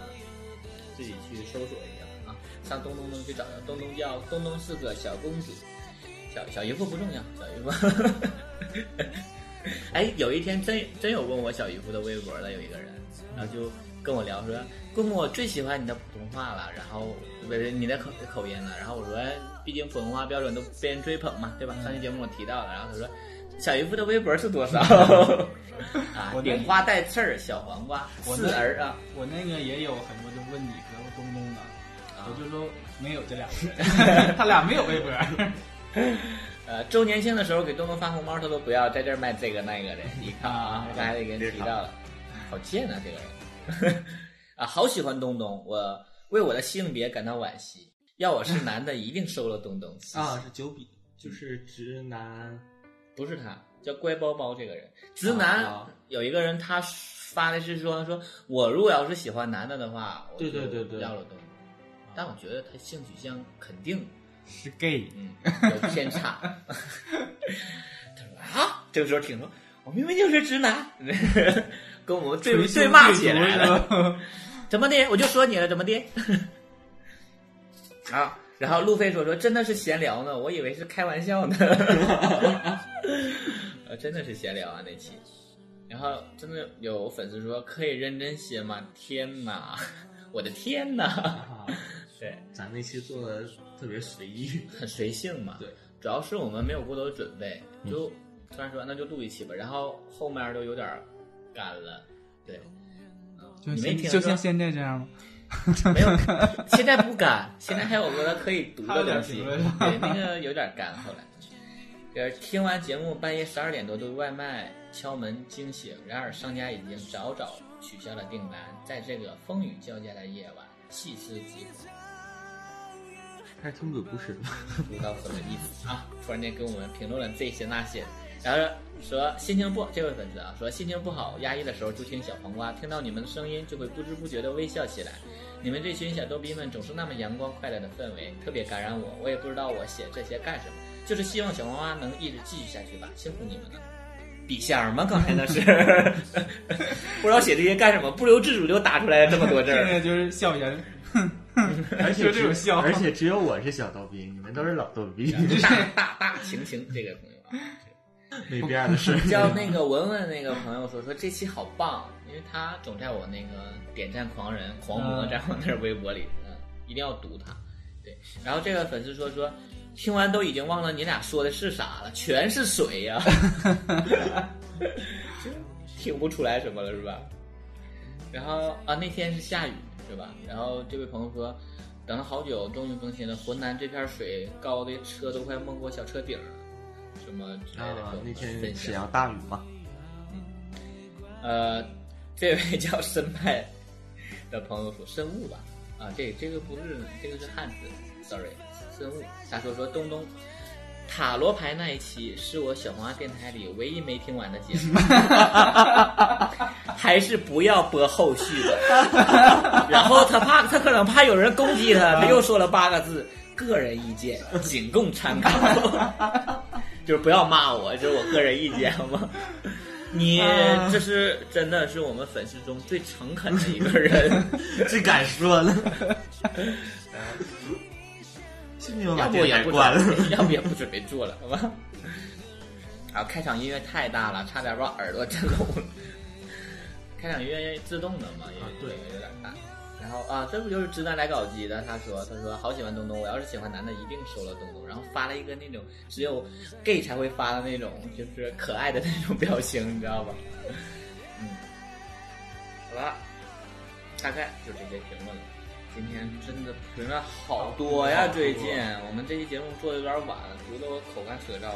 A: 自己去搜索一下啊，上东东东去找找，东东叫东东是个小公主，小小姨夫不重要，小姨夫。 哎，有一天真真有问我小姨夫的微博的有一个人，然后就跟我聊说，公公我最喜欢你的普通话了，然后不是你的口口音了，然后我说，毕竟普通话标准都被人追捧嘛，对吧？上期节目我提到了，然后他说，小姨夫的微博是多少？ 啊
C: 我，那
A: 顶瓜带刺儿，小黄瓜，
C: 我
A: 刺
C: 那
A: 儿啊，
C: 我那个也有很多就问你和东东的，
A: 啊
C: 我就说没有这俩人， 他俩没有微博。
A: 呃，周年庆的时候给东东发红包，他都不要，在这儿卖这个那个的。你看啊
C: 啊，
A: 刚才已经提到了，好贱啊，这个人 啊，好喜欢东东，我为我的性别感到惋惜。要我是男的，一定收了东东。谢谢
B: 啊，是九比， 就是直男。
A: 不是他，叫乖包包这个人，直男。
B: 啊
A: 有一个人他发的是说，说我如果要是喜欢男的的话，我
B: 对
A: 就
B: 对对对
A: 要了东东。但我觉得他性取向肯定
C: 是 gay，
A: 嗯，有偏 差。他说啊，这个时候听说我明明就是直男， 跟我们对对骂起来了。
C: 了。
A: 怎么的？我就说你了，怎么的？ 啊，然后路飞说说真的是闲聊呢，我以为是开玩笑呢。 呃，真的是闲聊啊那期。然后真的有粉丝说可以认真些吗？天哪，我的天哪！
B: 啊，
A: 对，
B: 咱那期做的特别随意。
A: 很随性嘛。
B: 对，
A: 主要是我们没有过多的准备，就突然说那就录一期吧，然后后面就有点儿干了。对，
C: 就
A: 你没
C: 像
A: 听说
C: 就像现在这样吗？
A: 没有，现在不干，现在还有个可以读
C: 还
A: 的
C: 有点
A: 东西，
C: 评论是吧
A: 对，那个有点干。后来，就是听完节目半夜十二点多对外卖敲门惊醒，然而商家已经早早取消了订单。在这个风雨交加的夜晚，细思极恐。
B: 开始吞嘴故事吧。
A: 读到什么意思啊？突然间给我们评论了这些那些，然后说心情不，这位粉丝啊说心情不好压抑的时候就听小黄瓜，听到你们的声音就会不知不觉的微笑起来。你们这群小逗逼们总是那么阳光快乐的氛围，特别感染我。我也不知道我写这些干什么，就是希望小黄瓜能一直继续下去吧，辛苦你们了。笔仙吗？刚才那是不知道写这些干什么，不由自主就打出来了这么多字
C: 现
A: 儿。
C: 在就是笑人，
B: 而且
C: 就这种
B: 只
C: 笑
B: 而且只有我是小逗逼，你们都是老逗逼，
A: 大大大晴晴这个朋友啊，
B: 没边儿 的事儿。
A: 叫那个文文那个朋友说说这期好棒，因为他总在我那个点赞狂人狂魔
C: 嗯
A: 在我那儿微博里，嗯，一定要读他。对，然后这个粉丝说说听完都已经忘了你俩说的是啥了，全是水啊呀、 听不出来什么了是吧？然后啊，那天是下雨是吧？然后这位朋友说，等了好久，终于更新了。浑南这片水高的车都快没过小车顶儿了，什么之类的
B: 啊
A: 跟我，
B: 那
A: 们
B: 天
A: 分
B: 沈
A: 享。
B: 阳大雨嘛，
A: 呃，这位 叫申派的朋友说深雾吧，啊，这这个不是，这个是汉字，sorry，深雾。他说说东东。塔罗牌那一期是我小黄鸭电台里唯一没听完的节目，还是不要播后续的。然后他怕他可能怕有人攻击他，他又说了八个字：个人意见，仅供参考。 就是不要骂我，这是我个人意见，好吗？你
C: 啊
A: 这是真的是我们粉丝中最诚恳的一个人，
B: 这敢说了。信不信我把
A: 要不
B: 电
A: 也
B: 台
A: 不
B: 关了？
A: 准备要不也不准备做了，好吧？啊，开场音乐太大
B: 嗯
A: 了，差点把耳朵震聋了。开场音乐自动的嘛，因为
B: 啊对
A: 有点大。然后啊，这不就是直男来搞基的？他说，他说好喜欢东东，我要是喜欢男的，一定收了东东。然后发了一个那种只有 gay 才会发的那种，就是可爱的那种表情，你知道吧？嗯，好了，大概就这些评论了。今天真的评论好多呀，最近我们这期节目做的有点晚，读的我口干舌燥。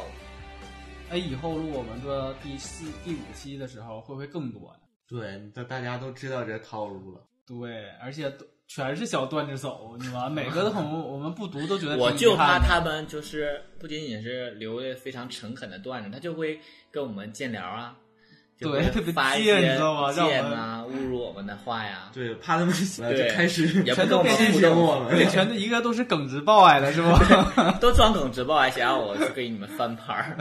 C: 哎，以后如果我们做到第四、第五期的时候，会不会更多呢？
B: 对，大大家都知道这套路了。
C: 对，而且都全是小段子手，你知道吗？每个都很，我们不读都觉得
A: 我
C: 挺遗
A: 就怕
C: 憾的
A: 他们就是不仅仅是留的非常诚恳的段子，他就会跟我们见聊啊，就会
C: 对特别
A: 发一
C: 贱
A: 些
C: 你知道吗让我
A: 贱
C: 们
A: 呐、侮辱我们的话呀，
B: 对，怕他们喜欢就
A: 对
B: 开始
A: 也不
C: 全
A: 跟
C: 都
A: 我们
C: 变成
A: 互
B: 节
A: 动
B: 目我
C: 对，
B: 们。
C: 全都一个都是耿直爆矮的是吧？
A: 都装梗直播，还想让我去给你们翻牌儿。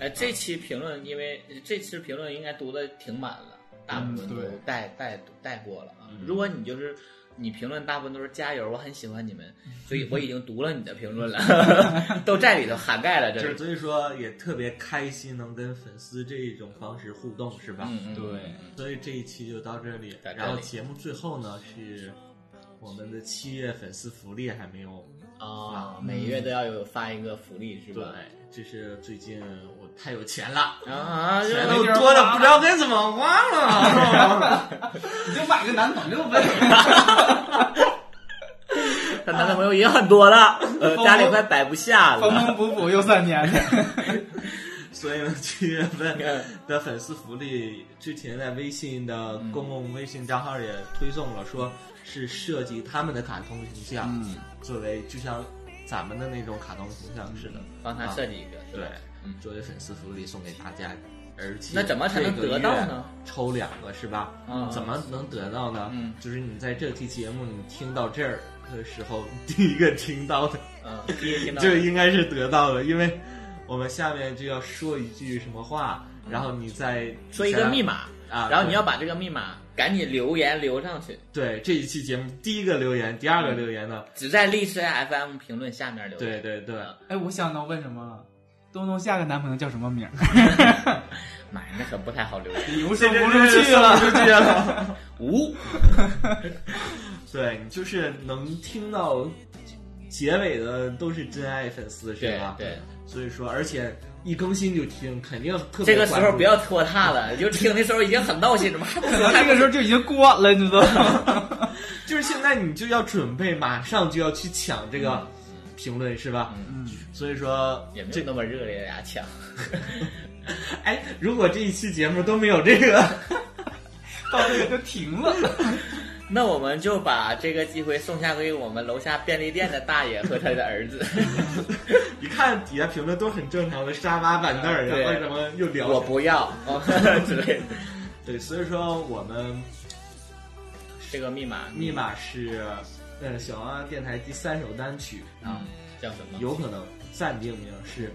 A: 呃，这期评论，因为这期评论应该读的挺满了，大部分
C: 嗯
A: 都
C: 对
A: 带、带带过了啊。
B: 嗯
A: 如果你就是你评论大部分都是加油，我很喜欢你们，所以我已经读了你的评论了， 都在里头涵盖了这
B: 就
A: 里
B: 是。所以说也特别开心能跟粉丝这一种方式互动，是吧？
A: 嗯嗯，
C: 对
B: 所以这一期就到这里
A: 到这，里
B: 然后节目最后呢是我们的七月粉丝福利还没有
A: 啊、每月都要有发一个福利是
B: 对
A: 吧？，
B: 这是最近我太有钱了，
A: 啊，
B: 钱
A: 就
B: 都多的不知道该怎么花了。
C: 你就买个男朋 友呗。
A: 她男朋友也很多 了，呃，
C: 风
A: 家里快摆不下
C: 缝
A: 了。
C: 缝补补又三年的，
B: 所以呢，七月份的粉丝福利，之前在微信的公共微信账号也推送了，说是设计他们的卡通形象，
C: 嗯
B: 作为就像咱们的那种卡通形象似的，啊
A: 帮他设计一个，是吧
B: 对，
A: 嗯
B: 作为粉丝福利送给大家。而且
A: 那怎么才能得到呢？
B: 抽两个是吧？
A: 嗯
B: 怎么能得到呢？
A: 嗯
B: 就是你在这期节目你听到这儿的时候，第一个听到的
A: 嗯， 第一听到
B: 这应该是得到了，因为我们下面就要说一句什么话，然后你再
A: 嗯说一个密码
B: 啊
A: 然后你要把这个密码赶紧留言留上去，
B: 对这一期节目第一个留言，第
A: 嗯
B: 二个留言呢？
A: 只在荔枝 FM 评论下面留
B: 对
A: 言。
B: 对对，
C: 哎，我想到问什么了，东东下个男朋友叫什么名儿？
A: 妈呀，那可不太好留 言。
C: 无
B: 这
C: 声无入去了。
B: 就这样了。
A: 无、
B: 对你就是能听到结尾的都是真爱粉丝是
A: 对
B: 吧？
A: 对，
B: 所以说，而且一更新就听，肯定特别
A: 这个时
B: 关
A: 候
B: 注
A: 不要拖沓 了，就听的时候已经很闹心了，怎么还不
C: 可
A: 说
C: 能那个时候就已经过了，你知道吗？
B: 就是现在你就要准备，马上就要去抢这个评论是吧？
A: 嗯
B: 所以说
A: 也没
B: 这
A: 有那么热烈呀，抢。
B: 哎，如果这一期节目都没有这个，
C: 到这里就停了。
A: 那我们就把这个机会送下给我们楼下便利店的大爷和他的儿子。
B: 一看底下评论都很正常的沙发板凳儿，
A: 对
B: 然后什么又聊
A: 我不要、 之类的。
B: 对，所以说我们
A: 这个密码
B: 密码是呃小王电台第三首单曲
A: 啊、叫什么？
B: 有可能暂定名是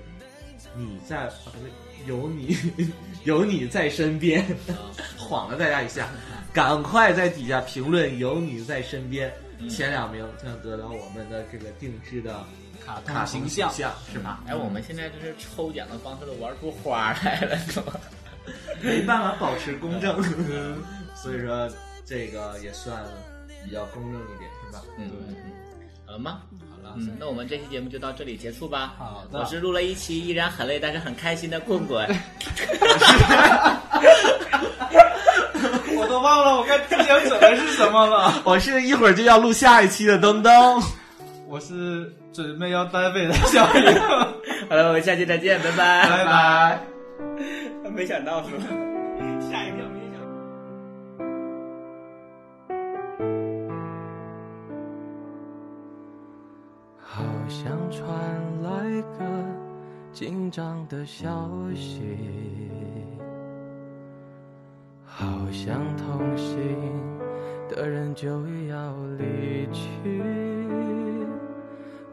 B: 你在啊不对有你 有你在身边， 晃了大家一下，赶快在底下评论有你在身边，
A: 嗯
B: 前两名就能得到我们的这个定制的
C: 卡
B: 卡
C: 通
B: 通
C: 形象
B: 象是吧？
A: 哎，我们现在就是抽奖的方式都玩出花来了，是吧？
B: 没办法保持公正，
A: 嗯
B: 所以说这个也算比较公正一点是吧？
A: 嗯，好了吗？
B: 好了，
A: 嗯，那我们这期节目就到这里结束吧。
C: 好的
A: 我是录了一期依然很累但是很开心的棍棍。
C: 我都忘了我该提前准备是什么了。
B: 我是一会儿就要录下一期的登登。
C: 我是准备要单飞的小友，
A: 好了，我们下期再见，拜拜。
C: 拜拜。
A: 没想到是吧？吓一跳，没想到。
E: 好像传来个紧张的消息，好像同行的人就要离去。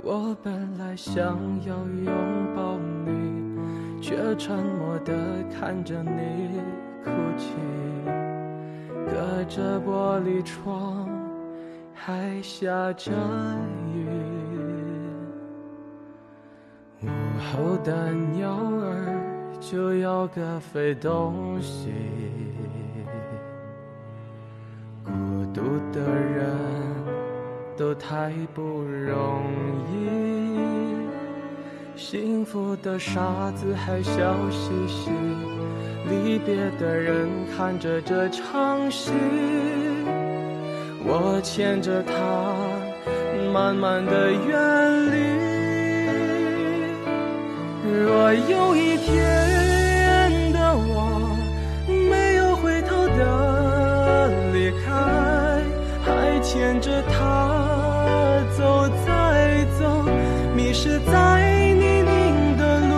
E: 我本来想要拥抱你，却沉默地看着你哭泣，隔着玻璃窗。还下着雨。午后的鸟儿就要各飞东西，孤独的人都太不容易。幸福的傻子还笑嘻嘻，离别的人看着这场戏。我牵着她，慢慢的远离。若有一天的我没有回头的离开，还牵着她走再走，迷失在泥泞的路。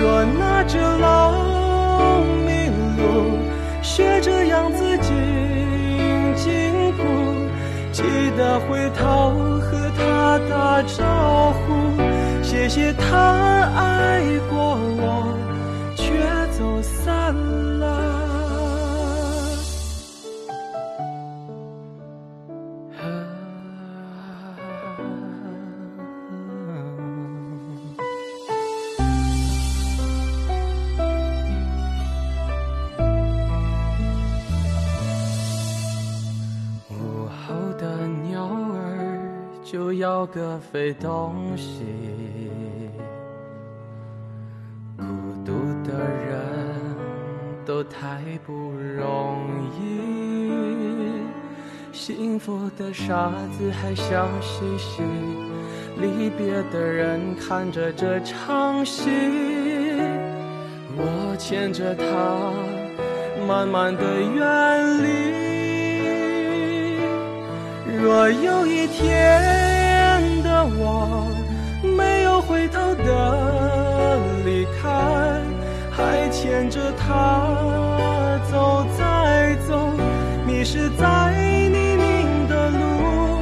E: 若那只老麋鹿学着样子紧紧哭，记得回头和它打招呼，谢谢它爱过我，却走散了。午后的鸟儿就要各飞东西，孤独的人都太不容易，幸福的傻子还笑嘻嘻，离别的人看着这场戏，我牵着她，慢慢的远离。若有一天的我没有回头的离开，还牵着她走再走，迷失在泥泞的路。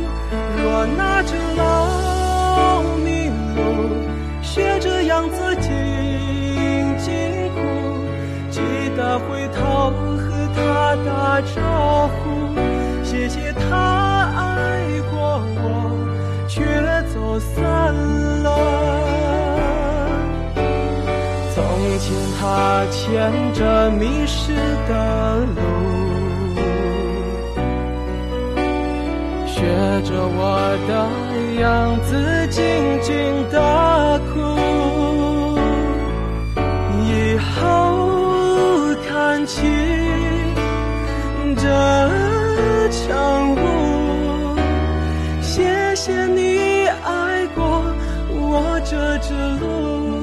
E: 若那只老麋鹿学着样子紧紧哭，记得回头和它打招呼，谢谢它爱过我，却走散了。从前他牵着迷失的鹿，学着我的样子静静的哭。以后看清这场雾，谢谢你爱过我这只鹿，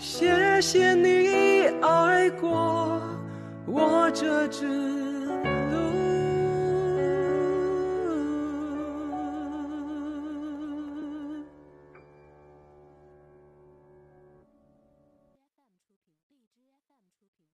E: 谢谢你爱过我这只。